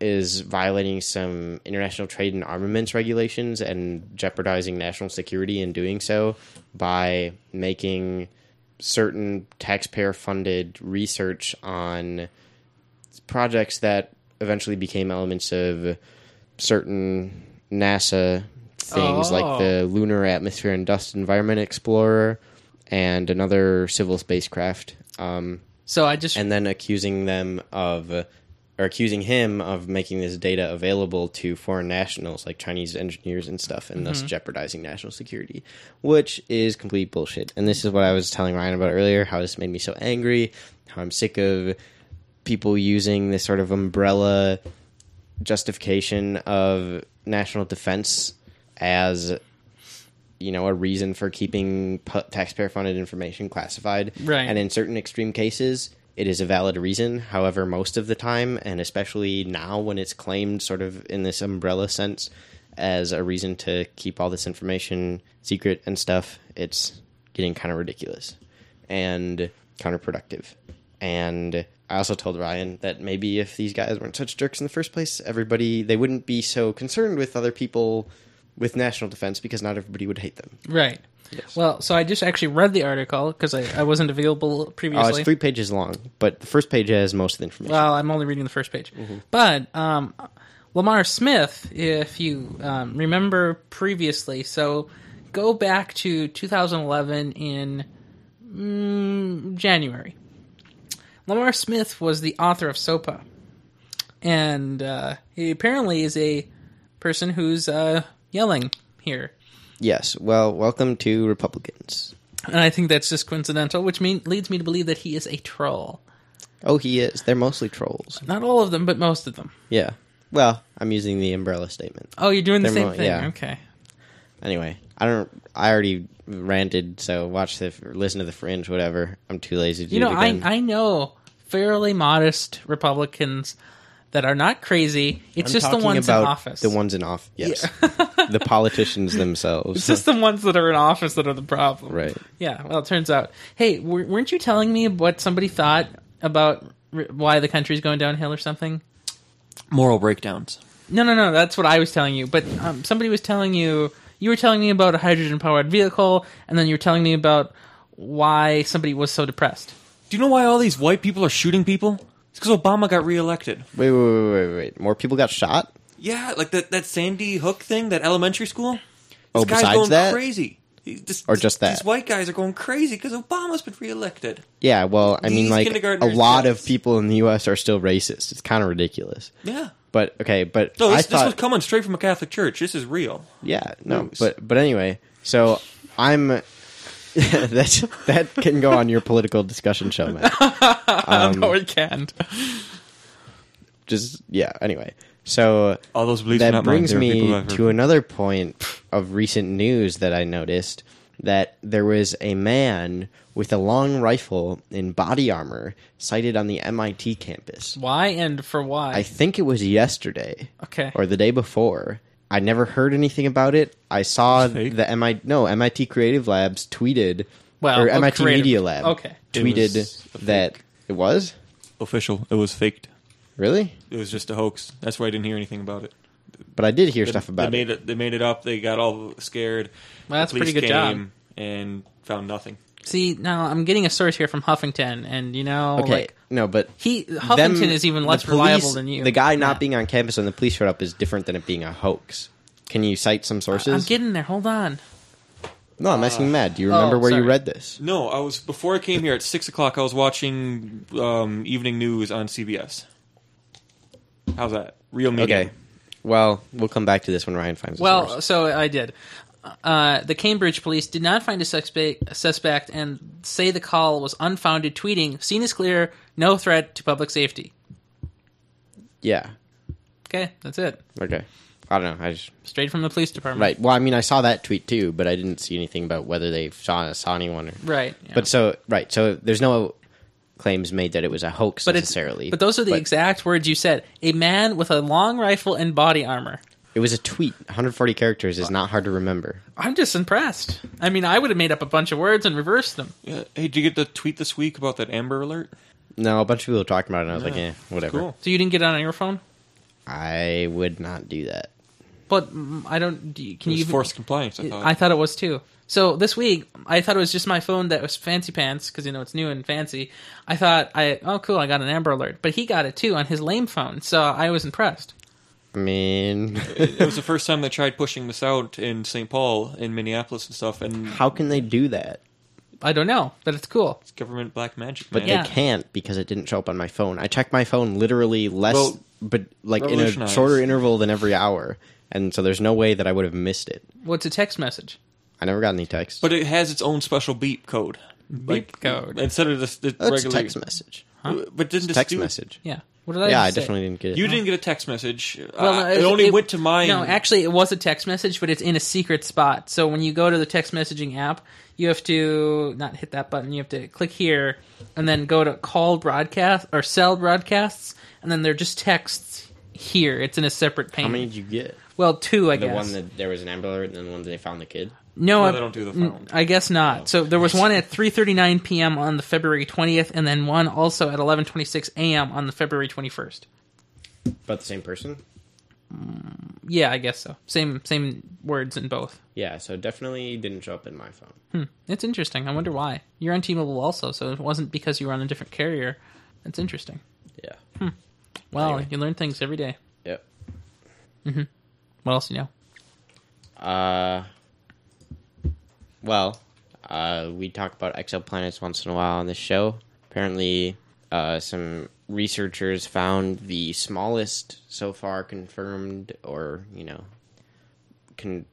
Speaker 2: is violating some international trade and armaments regulations and jeopardizing national security in doing so by making certain taxpayer-funded research on projects that eventually became elements of certain NASA things
Speaker 1: Oh.
Speaker 2: like the Lunar Atmosphere and Dust Environment Explorer and another civil spacecraft. Um,
Speaker 1: so I just
Speaker 2: and then accusing them of, or accusing him of making this data available to foreign nationals like Chinese engineers and stuff, and
Speaker 1: Mm-hmm.
Speaker 2: thus jeopardizing national security, which is complete bullshit. And this is what I was telling Ryan about earlier how this made me so angry, how I'm sick of people using this sort of umbrella justification of national defense as you know a reason for keeping pu- taxpayer funded information classified
Speaker 1: Right.
Speaker 2: and in certain extreme cases it is a valid reason however most of the time and especially now when it's claimed sort of in this umbrella sense as a reason to keep all this information secret and stuff it's getting kind of ridiculous and counterproductive and I also told Ryan that maybe if these guys weren't such jerks in the first place, everybody they wouldn't be so concerned with other people with national defense because not everybody would hate them.
Speaker 1: right. Well, so I just actually read the article because I, I wasn't available
Speaker 2: Oh,
Speaker 1: previously.
Speaker 2: it's three pages long, but the first page has most of the information.
Speaker 1: Well, I'm only reading the first page.
Speaker 2: Mm-hmm.
Speaker 1: But um, Lamar Smith, if you um, remember previously, so go back to 2011 in mm, January. Lamar Smith was the author of SOPA. And uh, he apparently is a person who's uh, yelling here.
Speaker 2: yes. Well, welcome to Republicans.
Speaker 1: And I think that's just coincidental, which mean, leads me to believe that he is a troll.
Speaker 2: Oh, he is. They're mostly trolls.
Speaker 1: Not all of them, but most of them.
Speaker 2: Yeah. Well, I'm using the umbrella statement.
Speaker 1: Oh, you're doing the
Speaker 2: They're
Speaker 1: same
Speaker 2: mo-
Speaker 1: thing.
Speaker 2: yeah.
Speaker 1: Okay.
Speaker 2: Anyway, I don't. I already ranted, so watch the listen to the Fringe, whatever. I'm too lazy to
Speaker 1: You
Speaker 2: do
Speaker 1: know,
Speaker 2: it
Speaker 1: I,
Speaker 2: again.
Speaker 1: I know fairly modest Republicans that are not crazy. It's
Speaker 2: I'm
Speaker 1: just the
Speaker 2: talking
Speaker 1: ones in
Speaker 2: about
Speaker 1: office.
Speaker 2: The ones in office. Yes. the politicians themselves.
Speaker 1: it's just the ones that are in office that are the problem.
Speaker 2: Right.
Speaker 1: Yeah. Well, it turns out. Hey, w- weren't you telling me what somebody thought about r- why the country's going downhill or something?
Speaker 3: Moral breakdowns.
Speaker 1: No, no, no. That's what I was telling you. But um, somebody was telling you. You were telling me about a hydrogen powered vehicle, and then you were telling me about why somebody was so depressed.
Speaker 3: Do you know why all these white people are shooting people? It's because Obama got reelected.
Speaker 2: Wait, wait, wait, wait, wait. More people got shot.
Speaker 3: Yeah, like that, that Sandy Hook thing, that elementary school. This
Speaker 2: Oh,
Speaker 3: guy's
Speaker 2: besides
Speaker 3: going
Speaker 2: that?
Speaker 3: crazy. He- this-
Speaker 2: Or just that?
Speaker 3: These white guys are going crazy because Obama's been reelected.
Speaker 2: Yeah, well, I mean,
Speaker 3: These
Speaker 2: like a
Speaker 3: kindergartners
Speaker 2: lot
Speaker 3: nuts.
Speaker 2: of people in the U.S. are still racist. It's kind of ridiculous.
Speaker 3: Yeah.
Speaker 2: But okay, but
Speaker 3: No,
Speaker 2: I
Speaker 3: this, this
Speaker 2: thought,
Speaker 3: was coming straight from a Catholic church. This is real.
Speaker 2: yeah, no,
Speaker 3: news.
Speaker 2: but but anyway, so I'm. that that can go on your political discussion show, man. Um,
Speaker 1: no, it can't.
Speaker 2: Just yeah. Anyway, so
Speaker 3: All those beliefs are
Speaker 2: that
Speaker 3: not mine.
Speaker 2: brings
Speaker 3: They're people
Speaker 2: me
Speaker 3: I've heard
Speaker 2: to another point of recent news that I noticed that there was a man with a long rifle in body armor sighted on the MIT campus.
Speaker 1: Why and for why?
Speaker 2: I think it was yesterday
Speaker 1: okay.
Speaker 2: or the day before. I never heard anything about it. I saw
Speaker 3: Fake.
Speaker 2: the MIT no MIT Creative Labs tweeted
Speaker 1: Well,
Speaker 2: or
Speaker 1: oh,
Speaker 2: MIT
Speaker 1: creative.
Speaker 2: Media Lab
Speaker 1: Okay.
Speaker 3: It
Speaker 2: tweeted
Speaker 3: was a
Speaker 2: that it was
Speaker 3: Official. It was faked.
Speaker 2: really,
Speaker 3: It was just a hoax. That's why I didn't hear anything about it.
Speaker 2: but I did hear
Speaker 3: They-
Speaker 2: stuff about
Speaker 3: they
Speaker 2: it.
Speaker 3: made it. They made it up. They got all scared.
Speaker 1: Well, that's a
Speaker 3: The police
Speaker 1: pretty good
Speaker 3: came
Speaker 1: job.
Speaker 3: And found nothing.
Speaker 1: See, now I'm getting a source here from Huffington, and you know,
Speaker 2: Okay,
Speaker 1: like,
Speaker 2: no, but
Speaker 1: he
Speaker 2: them-
Speaker 1: Huffington is even
Speaker 2: the
Speaker 1: less
Speaker 2: police-
Speaker 1: reliable than you.
Speaker 2: The guy
Speaker 1: Yeah.
Speaker 2: not being on campus when the police showed up is different than it being a hoax. Can you cite some sources?
Speaker 1: I'm getting there. Hold on.
Speaker 2: no, I'm asking Matt. Do you remember
Speaker 1: oh,
Speaker 2: where you
Speaker 1: sorry.
Speaker 2: read this?
Speaker 3: No, I was before I came here at six o'clock. I was watching um, evening news on CBS. How's that? Real media.
Speaker 2: Okay. Well, we'll come back to this when Ryan finds. the
Speaker 1: Well,
Speaker 2: source.
Speaker 1: so I did. Uh, the Cambridge police did not find a suspect, suspect and say the call was unfounded, tweeting, scene is clear, no threat to public safety.
Speaker 2: yeah.
Speaker 1: Okay, that's it.
Speaker 2: Okay. I don't know. I just
Speaker 1: Straight from the police department.
Speaker 2: right. Well, I mean, I saw that tweet too, but I didn't see anything about whether they saw saw anyone. Or,
Speaker 1: Right. yeah.
Speaker 2: But so right. So there's no claims made that it was a hoax
Speaker 1: But it's-
Speaker 2: necessarily.
Speaker 1: But those are the exact words you said. A man with a long rifle and body armor.
Speaker 2: It was a tweet. 140 characters is not hard to remember.
Speaker 1: I'm just impressed. I mean, I would have made up a bunch of words and reversed them.
Speaker 3: Yeah. Hey, did you get the tweet this week about that Amber Alert?
Speaker 2: No, a bunch of people were talking about it, and I was like, eh, whatever.
Speaker 3: Cool.
Speaker 1: So you didn't get it on your phone?
Speaker 2: I would not do that.
Speaker 1: But mm, I don't. do you- Can
Speaker 3: It was
Speaker 1: you even-
Speaker 3: forced uh, compliance. I thought.
Speaker 1: I thought it was too. So this week, I thought it was just my phone that was fancy pants because you know it's new and fancy. I thought I oh cool, I got an Amber Alert, but he got it too on his lame phone. So I was impressed.
Speaker 2: I mean,
Speaker 3: it was the first time they tried pushing this out in St. Paul, in Minneapolis and stuff, and
Speaker 2: how can they do that?
Speaker 1: I don't know, but it's cool.
Speaker 3: it's government black magic.
Speaker 2: But
Speaker 3: man.
Speaker 1: Yeah.
Speaker 2: they can't because it didn't show up on my phone. I checked my phone literally less,
Speaker 3: Well,
Speaker 2: but like in a
Speaker 3: revolutionize.
Speaker 2: shorter interval than every hour, and so there's no way that I would have missed it.
Speaker 1: What's a text message?
Speaker 2: I never got any text.
Speaker 3: But it has its own special beep code. Beep
Speaker 1: code.
Speaker 3: Instead of the, the
Speaker 2: That's
Speaker 3: regular
Speaker 2: a text message.
Speaker 3: But didn't this
Speaker 2: Text
Speaker 3: dude-
Speaker 2: message.
Speaker 1: Yeah. What did I?
Speaker 2: yeah, I
Speaker 1: just say?
Speaker 2: definitely didn't get it.
Speaker 3: You didn't get a text message.
Speaker 1: Well,
Speaker 3: Uh,
Speaker 1: no,
Speaker 3: it, only went to mine.
Speaker 1: No, actually, it was a text message, but it's in a secret spot. So when you go to the text messaging app, you have to not hit that button. You have to click here, and then go to call broadcast or sell broadcasts, and then they're just texts here. It's in a separate pane.
Speaker 2: How many did you get?
Speaker 1: Well, two, I
Speaker 2: The
Speaker 1: guess.
Speaker 2: one that there was an Amber Alert, and then the one that they found the kid.
Speaker 1: no,
Speaker 3: No,
Speaker 1: I,
Speaker 3: they don't do the
Speaker 1: n-
Speaker 3: phone. Oh.
Speaker 1: I guess not. So there was one at 3:39 p.m. on the February 20th, and then one also at 11:26 a.m. on the February 21st.
Speaker 2: About the same person.
Speaker 1: Yeah, I guess so. Same same words in both.
Speaker 2: Yeah, so definitely didn't show up in my phone.
Speaker 1: It's interesting. I wonder why. You're on T-Mobile also, so it wasn't because you were on a different carrier. That's interesting.
Speaker 3: Hmm.
Speaker 2: Yeah.
Speaker 1: Well,
Speaker 2: Anyway.
Speaker 1: you learn things every day.
Speaker 2: Yep.
Speaker 1: What else do you know?
Speaker 2: Uh, well, uh, we talk about exoplanets once in a while on this show. Apparently, uh, some researchers found the smallest so far confirmed, or you know, con-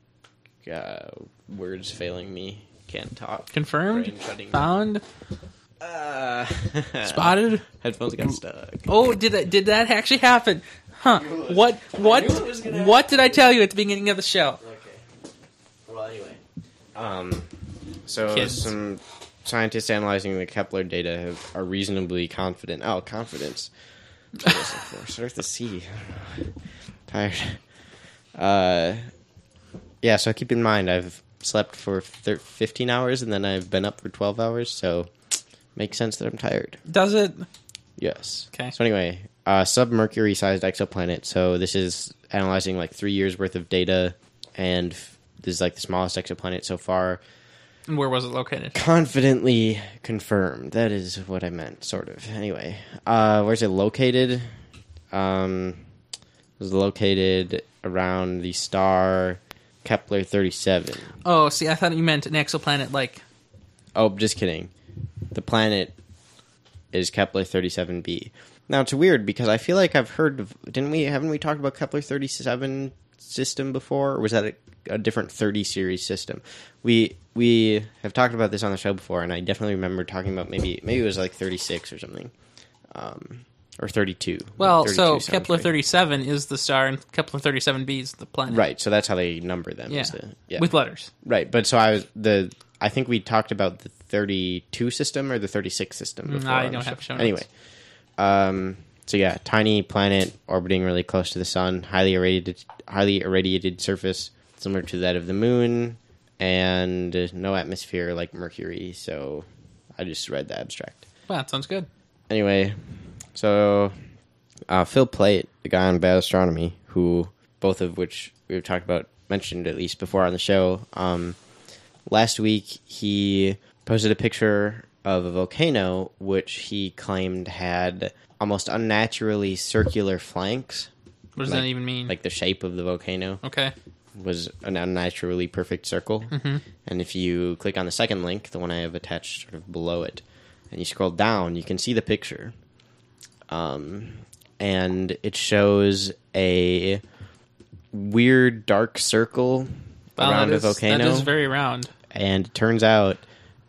Speaker 2: uh, words failing me. Can't talk.
Speaker 1: Confirmed?
Speaker 2: Brain shutting down.
Speaker 1: Found?
Speaker 2: Uh,
Speaker 1: Spotted?
Speaker 2: headphones got stuck.
Speaker 1: Oh, did I, did that actually happen? Huh? What what
Speaker 2: knew it was gonna
Speaker 1: what did I tell you at the beginning of the show?
Speaker 2: Okay. Well, anyway. Um, so
Speaker 1: Kids.
Speaker 2: some scientists analyzing the Kepler data have, are reasonably confident. Oh, confidence. Start the C. Tired. Uh, yeah. So keep in mind, I've slept for thir- fifteen hours, and then I've been up for twelve hours. So makes sense that I'm tired.
Speaker 1: Does it?
Speaker 2: Yes.
Speaker 1: Okay.
Speaker 2: So anyway, uh, submercury sized exoplanet. So this is analyzing like three years worth of data, and f- this is like the smallest exoplanet so far.
Speaker 1: And where was it located?
Speaker 2: confidently confirmed. That is what I meant, sort of. Anyway, uh, where's it located? Um, it was located around the star Kepler 37.
Speaker 1: Oh, see, I thought you meant an exoplanet like
Speaker 2: Oh, just kidding. The planet is Kepler 37b. Now it's weird because I feel like I've heard of, didn't we haven't we talked about Kepler 37 system before or was that a, a different 30 series system? We we have talked about this on the show before and I definitely remember talking about maybe maybe it was like 36 or something. Um or 32.
Speaker 1: Well,
Speaker 2: 32
Speaker 1: so
Speaker 2: sounds
Speaker 1: Kepler
Speaker 2: right.
Speaker 1: 37 is the star, and Kepler 37b is the planet.
Speaker 2: Right, so that's how they number them.
Speaker 1: Yeah.
Speaker 2: is the- yeah.
Speaker 1: With letters.
Speaker 2: Right, but so I was the. I think we talked about the 32 system or the 36 system. Before
Speaker 1: Mm, I
Speaker 2: on
Speaker 1: don't
Speaker 2: the
Speaker 1: have
Speaker 2: show.
Speaker 1: show notes.
Speaker 2: Anyway, um, so yeah, tiny planet orbiting really close to the sun, highly irradiated, highly irradiated surface similar to that of the moon, and no atmosphere like Mercury. So I just read the abstract.
Speaker 1: Wow, that sounds good.
Speaker 2: Anyway, so uh, Phil Plait, the guy on Bad Astronomy, who both of which we've talked about, mentioned at least before on the show. Um, last week, he posted a picture of a volcano which he claimed had almost unnaturally circular flanks,
Speaker 1: What does
Speaker 2: Like-
Speaker 1: that even mean?
Speaker 2: like the shape of the volcano
Speaker 1: okay.
Speaker 2: was an unnaturally perfect circle.
Speaker 1: Mm-hmm.
Speaker 2: And if you click on the second link, the one I have attached sort of below it, and you scroll down, you can see the picture. Um, and it shows a weird dark circle
Speaker 1: Wow,
Speaker 2: around
Speaker 1: that is-
Speaker 2: a volcano.
Speaker 1: That is very round.
Speaker 2: and it turns out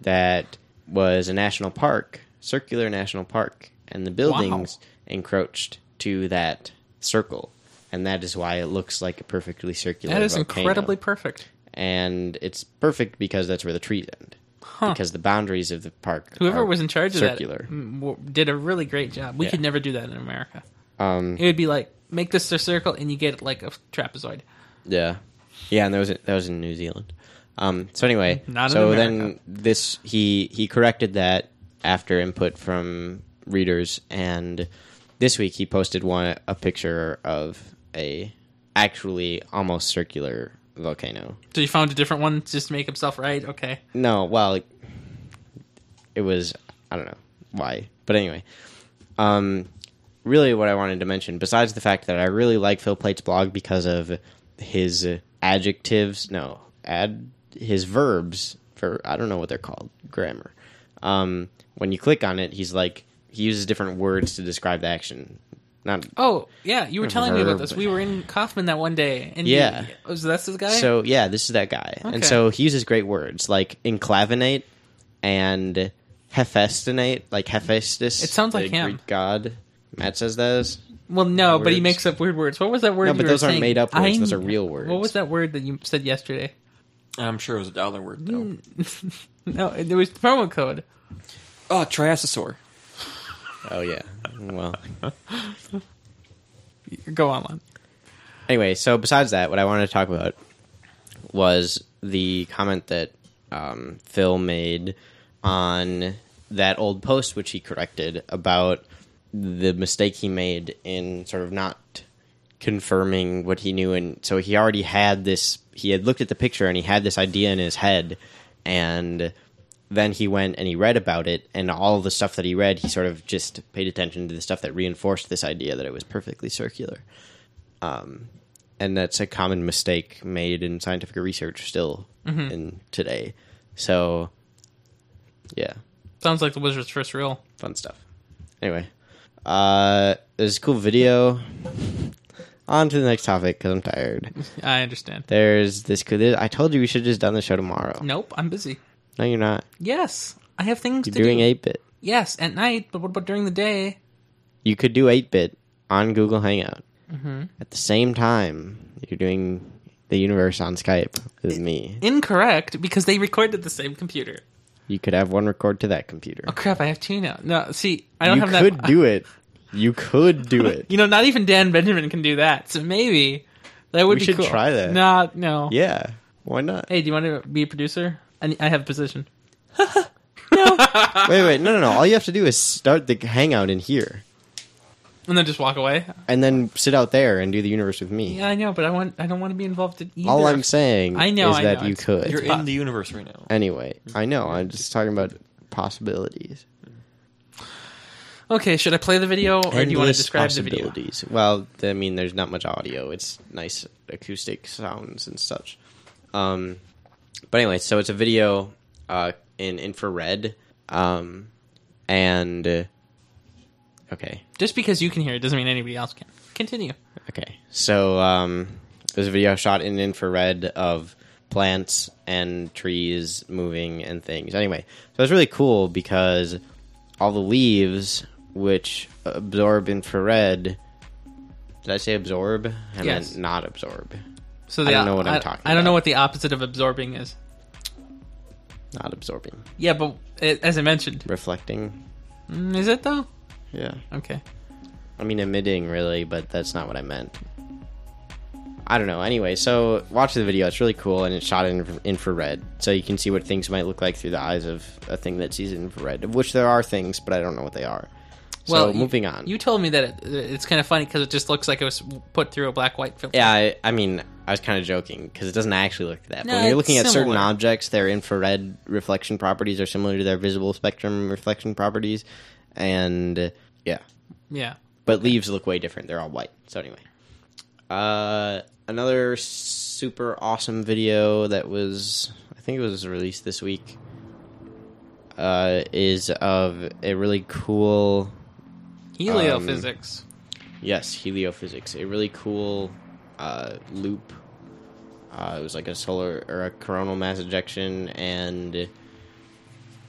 Speaker 2: that was a national park, circular national park, and the buildings encroached to that circle. And that is why it looks like a perfectly circular
Speaker 1: That is
Speaker 2: volcano
Speaker 1: incredibly perfect.
Speaker 2: and it's perfect because that's where the trees end. Because the boundaries of the park.
Speaker 1: Whoever
Speaker 2: are
Speaker 1: was in charge of
Speaker 2: circular.
Speaker 1: that mm, w- did a really great job. We
Speaker 2: Yeah.
Speaker 1: could never do that in America.
Speaker 2: Um,
Speaker 1: It would be like, make this a circle, and you get like a trapezoid.
Speaker 2: yeah, yeah, and that was that was in New Zealand. Um, so anyway,
Speaker 1: Not in
Speaker 2: so then
Speaker 1: America.
Speaker 2: this he he corrected that after input from readers, and this week he posted one a picture of a actually almost circular volcano.
Speaker 1: So you found a different one just to make himself right? Okay.
Speaker 2: No, well, it, it was I don't know why, but anyway, um, really, what I wanted to mention, besides the fact that I really like Phil Plate's blog because of his adjectives, no, ad his verbs for I don't know what they're called, grammar. Um, when you click on it, he's like he uses different words to describe the action. Not
Speaker 1: Oh, yeah, you were telling me about
Speaker 2: Verb.
Speaker 1: this. We were in Kaufman that one day. And
Speaker 2: Yeah.
Speaker 1: you- oh, so that's this guy?
Speaker 2: So yeah, this is that guy, and
Speaker 1: Okay.
Speaker 2: so he uses great words like enclavinate and hephaestinate, like Hephaestus.
Speaker 1: It sounds
Speaker 2: the
Speaker 1: like him.
Speaker 2: Greek god. Matt says those.
Speaker 1: Well, no, but he
Speaker 2: Words.
Speaker 1: makes up weird words. What was that word?
Speaker 2: No,
Speaker 1: you
Speaker 2: but
Speaker 1: were
Speaker 2: those aren't
Speaker 1: saying?
Speaker 2: made up words,
Speaker 1: I-
Speaker 2: those are real words.
Speaker 1: What was that word that you said yesterday?
Speaker 3: I'm sure it was a dollar word though.
Speaker 1: No, it was promo code.
Speaker 3: Oh, triasosaur.
Speaker 2: Oh yeah. Well,
Speaker 1: Go on, Lon.
Speaker 2: anyway, so besides that, what I wanted to talk about was the comment that um, Phil made on that old post, which he corrected about the mistake he made in sort of not confirming what he knew. And so he already had this, he had looked at the picture and he had this idea in his head. And then he went and he read about it. And all the stuff that he read, he sort of just paid attention to the stuff that reinforced this idea that it was perfectly circular and that's a common mistake made in scientific research still in today. So, yeah,
Speaker 1: Sounds like the Wizard's first rule.
Speaker 2: fun stuff. Anyway, uh, there's a cool video. On to the next topic because I'm tired.
Speaker 1: I understand.
Speaker 2: There's this cool. There, I told you we should have just done the show tomorrow.
Speaker 1: Nope, I'm busy.
Speaker 2: No, you're not.
Speaker 1: Yes, I have things
Speaker 2: You're
Speaker 1: to
Speaker 2: doing
Speaker 1: do.
Speaker 2: eight bit.
Speaker 1: Yes, at night, but what about during the day?
Speaker 2: You could do eight bit on Google Hangout at the same time. You're doing the universe on Skype with me.
Speaker 1: Incorrect, because they recorded the same computer.
Speaker 2: You could have one record to that computer.
Speaker 1: Oh crap, I have two now. No, see, I don't
Speaker 2: you
Speaker 1: have that.
Speaker 2: could do it. You could do it.
Speaker 1: You know, not even Dan Benjamin can do that. So maybe that would
Speaker 2: We
Speaker 1: be
Speaker 2: should
Speaker 1: cool.
Speaker 2: try that.
Speaker 1: Nah, no.
Speaker 2: yeah. Why not?
Speaker 1: Hey, do you want to be a producer? I, I have a position. Ah.
Speaker 2: Wait, wait. No, no, no. All you have to do is start the hangout in here.
Speaker 1: and then just walk away.
Speaker 2: and then sit out there and do the universe with me.
Speaker 1: Yeah, I know, but I want I don't want to be involved in either.
Speaker 2: All I'm saying
Speaker 1: I know,
Speaker 2: is
Speaker 1: I
Speaker 2: that
Speaker 1: know,
Speaker 2: you
Speaker 1: it's-
Speaker 2: could.
Speaker 3: You're
Speaker 1: pop-
Speaker 3: in the universe right now.
Speaker 2: Anyway, I know. I'm just talking about possibilities.
Speaker 1: okay, should I play the video or do you want to
Speaker 2: Endless
Speaker 1: describe the video?
Speaker 2: possibilities. Well, I mean, there's not much audio. It's nice acoustic sounds and such. Um, but anyway, so it's a video uh, in infrared, um, and uh, okay,
Speaker 1: Just because you can hear it doesn't mean anybody else can. Continue.
Speaker 2: Okay. So um, there's a video shot in infrared of plants and trees moving and things. Anyway, so it's really cool because all the leaves which absorb infrared. Did I say absorb? I
Speaker 1: Yes.
Speaker 2: meant not absorb.
Speaker 1: So
Speaker 2: I
Speaker 1: the-
Speaker 2: don't know what I'm
Speaker 1: I-
Speaker 2: talking
Speaker 1: I don't know
Speaker 2: about.
Speaker 1: what the opposite of absorbing is.
Speaker 2: Not absorbing.
Speaker 1: Yeah, but it, as I mentioned,
Speaker 2: Reflecting.
Speaker 1: Mm, is it though?
Speaker 2: Yeah.
Speaker 1: Okay.
Speaker 2: I mean, emitting really, but that's not what I meant. I don't know. Anyway, so watch the video. It's really cool, and it's shot in infra- infrared, so you can see what things might look like through the eyes of a thing that sees infrared. Of which there are things, but I don't know what they are. So
Speaker 1: Well, you-
Speaker 2: moving on.
Speaker 1: You told me that it, it's kind of funny because it just looks like it was put through a black white filter.
Speaker 2: yeah, I, I mean, I was kind of joking because it doesn't actually look that.
Speaker 1: No,
Speaker 2: but when you're
Speaker 1: it's
Speaker 2: looking at certain
Speaker 1: similar.
Speaker 2: objects, their infrared reflection properties are similar to their visible spectrum reflection properties, and uh, yeah,
Speaker 1: Yeah.
Speaker 2: But leaves look way different. They're all white. So anyway, uh, another super awesome video that was I think it was released this week uh, is of a really cool
Speaker 1: Heliophysics.
Speaker 2: Um, yes heliophysics a really cool uh, loop. Uh, it was like a solar or a coronal mass ejection and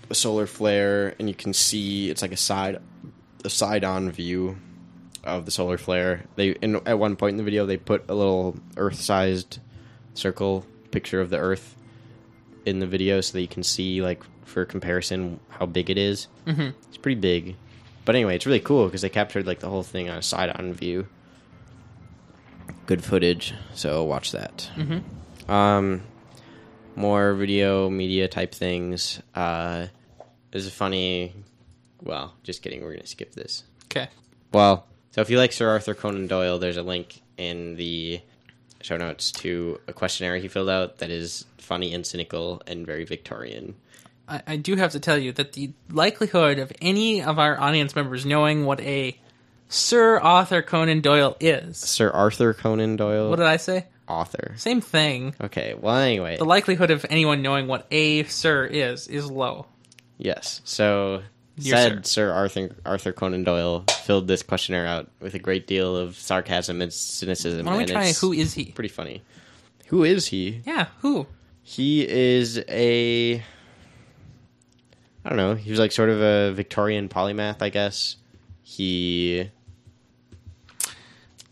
Speaker 2: a solar flare, and you can see it's like a side a side on view of the solar flare. They in, at one point in the video they put a little Earth sized circle picture of the Earth in the video so that you can see like for comparison how big it is. Mm-hmm. It's pretty big, but anyway, it's really cool because they captured like the whole thing on a side on view. Good footage, so watch that. Mm-hmm. Um, more video media type things. Uh, this is a funny. Well, just kidding. We're gonna skip this.
Speaker 1: okay.
Speaker 2: Well, so if you like Sir Arthur Conan Doyle, there's a link in the show notes to a questionnaire he filled out that is funny and cynical and very Victorian.
Speaker 1: I, I do have to tell you that the likelihood of any of our audience members knowing what a Sir Arthur Conan Doyle is.
Speaker 2: Sir Arthur Conan Doyle,
Speaker 1: What did I say?
Speaker 2: author.
Speaker 1: Same thing.
Speaker 2: Okay. Well, anyway,
Speaker 1: The likelihood of anyone knowing what a Sir is is low.
Speaker 2: yes. So
Speaker 1: Dear
Speaker 2: said Sir Arthur Arthur Conan Doyle filled this questionnaire out with a great deal of sarcasm and cynicism.
Speaker 1: Why don't we
Speaker 2: and
Speaker 1: try
Speaker 2: it's
Speaker 1: who is he?
Speaker 2: pretty funny. Who is he?
Speaker 1: Yeah, who?
Speaker 2: He is a. I don't know. He was like sort of a Victorian polymath, I guess. He.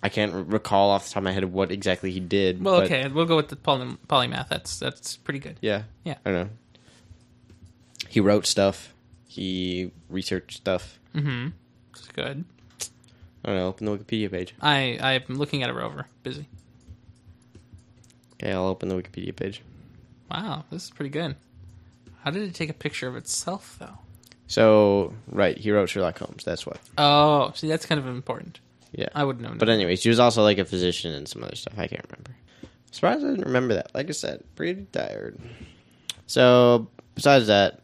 Speaker 2: I can't r- recall off the top of my head what exactly he did.
Speaker 1: Well,
Speaker 2: but-
Speaker 1: okay, we'll go with the poly- polymath. That's that's pretty good.
Speaker 2: Yeah.
Speaker 1: Yeah.
Speaker 2: I don't know. He wrote stuff. He researched stuff.
Speaker 1: Mm-hmm. It's good.
Speaker 2: I don't know. Open the Wikipedia page.
Speaker 1: I I'm looking at a rover. Busy.
Speaker 2: Okay, I'll open the Wikipedia page.
Speaker 1: Wow, this is pretty good. How did it take a picture of itself though?
Speaker 2: So, right, he wrote Sherlock Holmes. That's what.
Speaker 1: Oh, see, that's kind of important.
Speaker 2: Yeah.
Speaker 1: I wouldn't have.
Speaker 2: But anyways, she was also like a physician and some other stuff. I can't remember. Surprised I didn't remember that. Like I said, pretty tired. So besides that,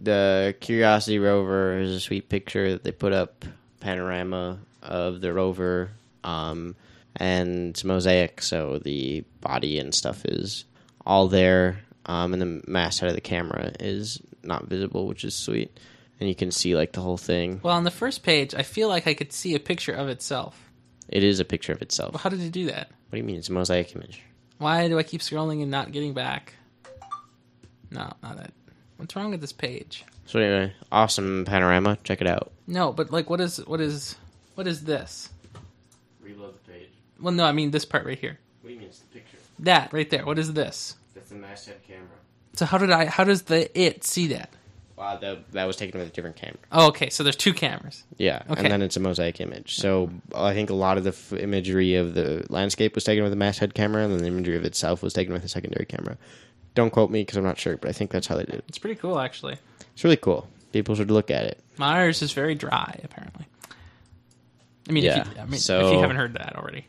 Speaker 2: the Curiosity rover is a sweet picture that they put up, panorama of the rover, um, and it's mosaic. So the body and stuff is all there, um, and the mast head of the camera is not visible, which is sweet. And you can see like the whole thing.
Speaker 1: well, on the first page, I feel like I could see a picture of itself.
Speaker 2: It is a picture of itself.
Speaker 1: Well,
Speaker 2: What
Speaker 1: how did it do that?
Speaker 2: do you mean? It's a mosaic image.
Speaker 1: Why do I keep scrolling and not getting back? No, not it. What's wrong with this page?
Speaker 2: So anyway, awesome panorama. Check it out.
Speaker 1: No, but like, what is what is what is this?
Speaker 2: Reload the page.
Speaker 1: Well, no, I mean this part right here.
Speaker 2: What do you mean it's the picture?
Speaker 1: That right there. What is this?
Speaker 2: That's the masthead camera.
Speaker 1: So how did I? How does the it see that?
Speaker 2: Wow, that, that was taken with a different camera.
Speaker 1: Oh, okay. So there's two cameras.
Speaker 2: Yeah,
Speaker 1: Okay.
Speaker 2: and then it's a mosaic image. So I think a lot of the f- imagery of the landscape was taken with a masthead camera, and then the imagery of itself was taken with a secondary camera. Don't quote me because I'm not sure, but I think that's how they did it.
Speaker 1: It's pretty cool, actually.
Speaker 2: It's really cool. People should look at it.
Speaker 1: Mars is very dry, apparently. I mean, if you,
Speaker 2: Yeah,
Speaker 1: I mean if you
Speaker 2: so-
Speaker 1: haven't heard that already.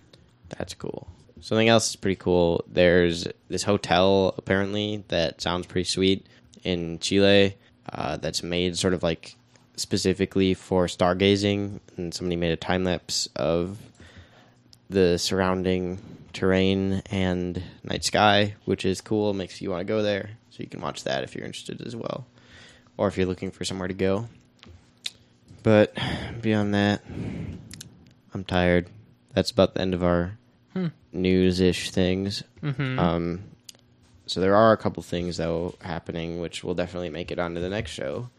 Speaker 2: That's cool. Something else is pretty cool. There's this hotel apparently that sounds pretty sweet in Chile. Uh, that's made sort of like specifically for stargazing, and somebody made a time lapse of the surrounding terrain and night sky, which is cool. Makes you want to go there, so you can watch that if you're interested as well, or if you're looking for somewhere to go. But beyond that, I'm tired. That's about the end of our news-ish things. Um, so there are a couple things though happening, which will definitely make it onto the next show.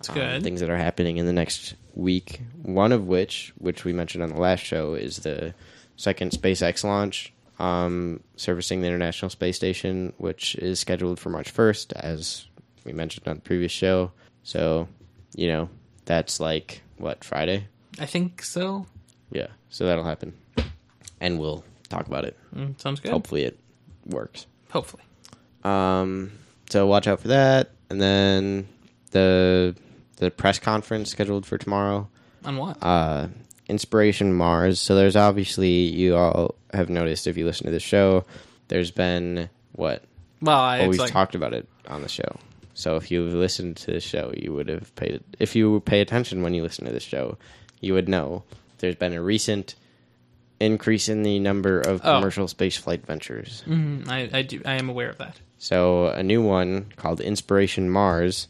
Speaker 2: It's
Speaker 1: good.
Speaker 2: Things that are happening in the next week. One of which, which we mentioned on the last show, is the second SpaceX launch, um, servicing the International Space Station, which is scheduled for March 1st, as we mentioned on the previous show. So, you know, that's like what Friday.
Speaker 1: I think so.
Speaker 2: Yeah, so that'll happen, and we'll talk about it.
Speaker 1: Mm, sounds good.
Speaker 2: Hopefully, it works.
Speaker 1: Hopefully.
Speaker 2: Um, so watch out for that, and then the the press conference scheduled for tomorrow.
Speaker 1: On what?
Speaker 2: Uh, Inspiration Mars. So there's obviously you all have noticed if you listen to the show, there's been what
Speaker 1: well, I,
Speaker 2: well,
Speaker 1: it's
Speaker 2: we've
Speaker 1: like,
Speaker 2: talked about it on the show. So if you've listened to the show, you would have paid. If you pay attention when you listen to this show, you would know there's been a recent increase in the number of
Speaker 1: Oh.
Speaker 2: commercial spaceflight ventures.
Speaker 1: mm, I, I do. I am aware of that.
Speaker 2: So a new one called Inspiration Mars,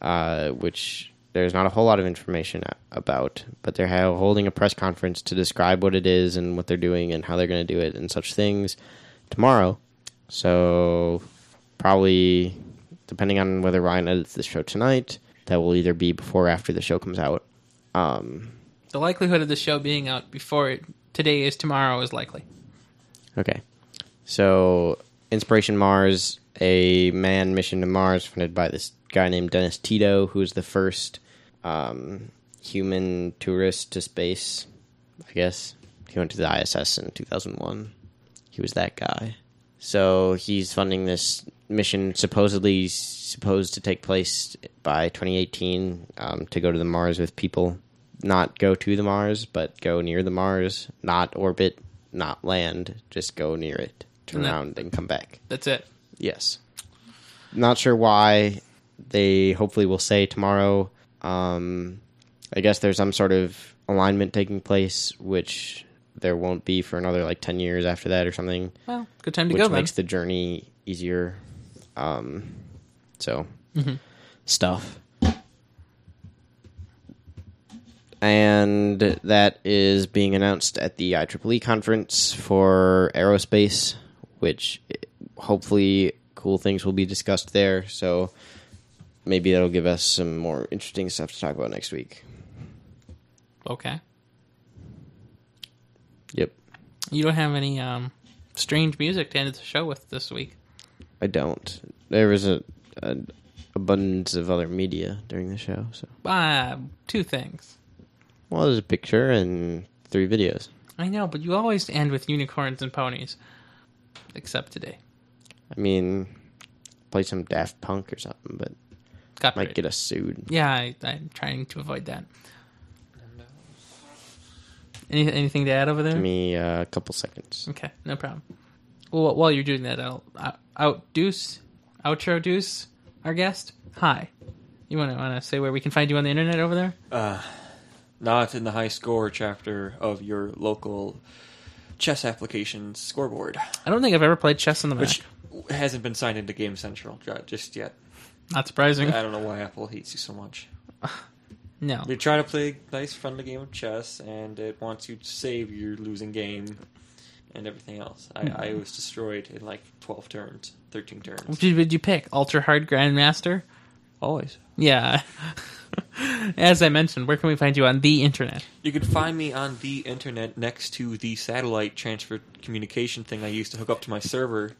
Speaker 2: uh, which there's not a whole lot of information a- about, but they're ha- holding a press conference to describe what it is and what they're doing and how they're going to do it and such things tomorrow. So probably depending on whether Ryan edits the show tonight, that will either be before or after the show comes out. Um,
Speaker 1: The likelihood of the show being out before it, today is tomorrow is likely.
Speaker 2: Okay. So, Inspiration Mars, a manned mission to Mars funded by this guy named Dennis Tito, who's the first um, human tourist to space, I guess. He went to the ISS in 2001. He was that guy. So, he's funding this mission supposedly supposed to take place by 2018 um, to go to the Mars with people. Not go to the Mars, but go near the Mars, not orbit, not land, just go near it, turn
Speaker 1: And that-
Speaker 2: around, and come back.
Speaker 1: That's it.
Speaker 2: Yes. Not sure why they hopefully will say tomorrow. Um, I guess there's some sort of alignment taking place, which there won't be for another like 10 years after that or something,
Speaker 1: Well, good time to
Speaker 2: which
Speaker 1: go then.
Speaker 2: makes the journey easier. Um, so, stuff. And that is being announced at the IEEE conference for aerospace, which eh, hopefully cool things will be discussed there. So maybe that'll give us some more interesting stuff to talk about next week.
Speaker 1: Okay.
Speaker 2: Yep,
Speaker 1: You don't have any um, strange music to end the show with this week.
Speaker 2: I don't. There was a, an abundance of other media during the show. So,
Speaker 1: Ah, two things.
Speaker 2: well, there's a picture and three videos.
Speaker 1: I know, but you always end with unicorns and ponies, except today.
Speaker 2: I mean, play some Daft Punk or something, but
Speaker 1: Copyright.
Speaker 2: might get us sued.
Speaker 1: yeah, I, I'm trying to avoid that. Any, anything to add over there?
Speaker 2: Give me uh, a couple seconds.
Speaker 1: Okay, no problem. Well, while you're doing that, I'll out- outdeuce, outro deuce our guest. Hi. You want to want to say where we can find you on the internet over there?
Speaker 3: Not in the high score chapter of your local chess application scoreboard,
Speaker 1: I don't think I've ever played chess on the Mac.
Speaker 3: which hasn't been signed into Game Central ju- just yet.
Speaker 1: Not surprising.
Speaker 2: Uh,
Speaker 3: I don't know why Apple hates you so much.
Speaker 1: No.
Speaker 3: You're trying to play a nice, friendly game of chess, and it wants you to save your losing game and everything else. I, I was destroyed in like 12 turns, 13 turns.
Speaker 1: Did, would you pick ultra hard grandmaster?
Speaker 3: Always.
Speaker 1: Yeah. As I mentioned, where can we find you on the internet?
Speaker 3: You can find me on the internet next to the satellite transfer communication thing I used to hook up to my server.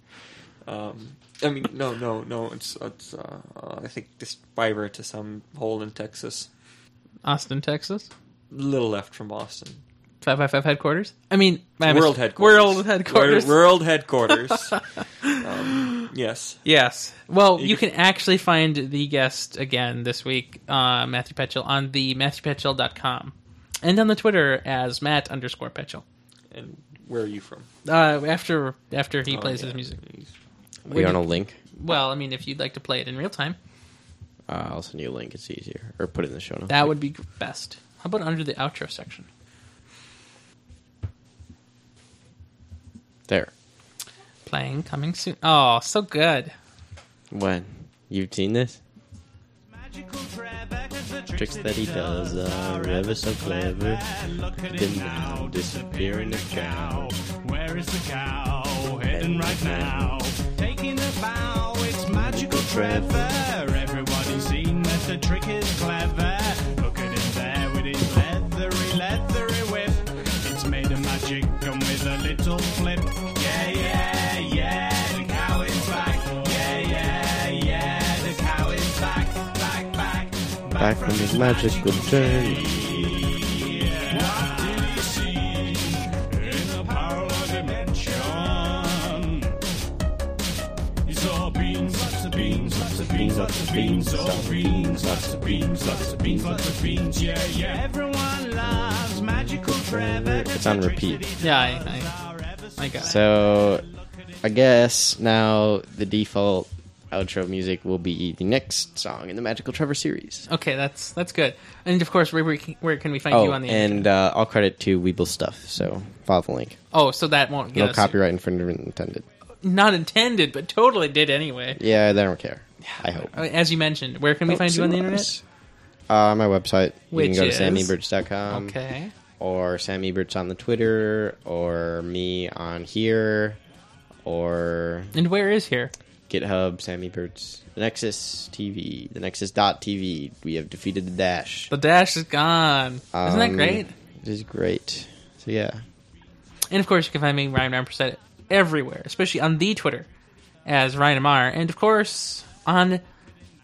Speaker 3: Um, I mean, no, no, no. It's it's. Uh, uh, I think just fiber to some hole in Texas,
Speaker 1: Austin, Texas,
Speaker 3: little left from Boston.
Speaker 1: five five five headquarters. I mean, I mis-
Speaker 3: world headquarters.
Speaker 1: World headquarters.
Speaker 3: Wor- World headquarters. um, yes.
Speaker 1: Yes. Well,
Speaker 3: You
Speaker 1: you can actually find the guest again this week, uh, Matthew Petchel, on the MatthewPetchel.com and on the Twitter as Matt underscore Petchel.
Speaker 3: And where are you from?
Speaker 1: Uh, after after he
Speaker 3: Oh,
Speaker 1: plays
Speaker 3: yeah.
Speaker 1: his music.
Speaker 3: He's-
Speaker 2: We on a link.
Speaker 1: Well, I mean, if you'd like to play it in real time,
Speaker 2: Uh, I'll send you a link. It's easier. Or put it in the show notes.
Speaker 1: that would be best. How about under the outro section?
Speaker 2: there.
Speaker 1: Playing coming soon. Oh, so good.
Speaker 2: When you've seen this,
Speaker 4: Magical Trifecta's the
Speaker 2: tricks that he does uh, are ever so clever.
Speaker 4: Look at
Speaker 2: Then
Speaker 4: it now,
Speaker 2: now disappear in
Speaker 4: disappearing
Speaker 2: the
Speaker 4: the cow. Where is the cow? Hidden right now. Taking the bow, it's magical Trevor. Everybody's seen that the trick is clever. Look at him there with his leathery, leathery whip. It's made of magic and with a little flip. Yeah, yeah, yeah, the cow is back. Yeah, yeah, yeah, the cow is back, back, back.
Speaker 2: Back from his magical journey.
Speaker 4: What do you see in the parallel dimension? You saw beans, lots of beans, lots of beans, lots of beans, all beans, lots of beans, lots of beans, lots of beans, yeah, yeah. Everyone loves magical Trevor.
Speaker 2: It's on repeat.
Speaker 1: Yeah, I, I, I got it.
Speaker 2: So, I guess now the default outro music will be the next song in the Magical Trevor series.
Speaker 1: Okay, that's that's good. And of course, where, where can- where can we find you
Speaker 2: Oh,
Speaker 1: on the
Speaker 2: and uh, all credit to Weeble Stuff. So, follow the link.
Speaker 1: Oh, so that won't get
Speaker 2: No
Speaker 1: us-
Speaker 2: copyright infringement intended.
Speaker 1: Not intended, but totally did anyway.
Speaker 2: Yeah, they don't care. I hope.
Speaker 1: Uh, As you mentioned, where can we find you on the internet?
Speaker 2: Uh, my website.
Speaker 1: Which
Speaker 2: you can go
Speaker 1: is?
Speaker 2: to sammeberts.com.
Speaker 1: Okay.
Speaker 2: Or Sam Eberts on the Twitter, or me on here, or
Speaker 1: And where is here?
Speaker 2: GitHub, Sam Eberts, the Nexus TV, the Nexus.tv. We have defeated the Dash.
Speaker 1: The dash is gone. Isn't that
Speaker 2: Um,
Speaker 1: great?
Speaker 2: It is great. So, yeah.
Speaker 1: And of course, you can find me, Ryan Rampersett, everywhere, especially on the Twitter as Ryan Amar. And of course, on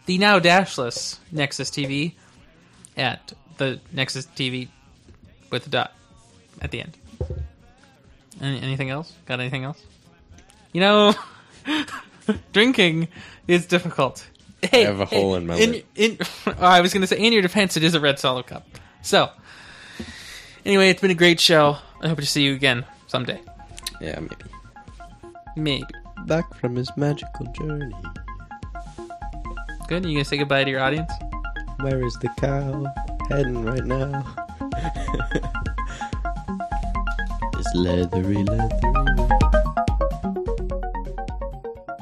Speaker 1: the now dashless Nexus TV at the Nexus TV with a dot at the end. Any, anything else? Got anything else? You know, drinking is difficult. Hey,
Speaker 2: have a
Speaker 1: hey,
Speaker 2: hole in my lip.
Speaker 1: in- oh, I was going to say, in your defense, it is a red solo cup. So, anyway, it's been a great show. I hope to see you again someday.
Speaker 2: Yeah, maybe.
Speaker 1: Maybe.
Speaker 2: Back from his magical journey.
Speaker 1: Good. Are you gonna say goodbye to your audience?
Speaker 2: Where is the cow heading right now? this leathery, leathery.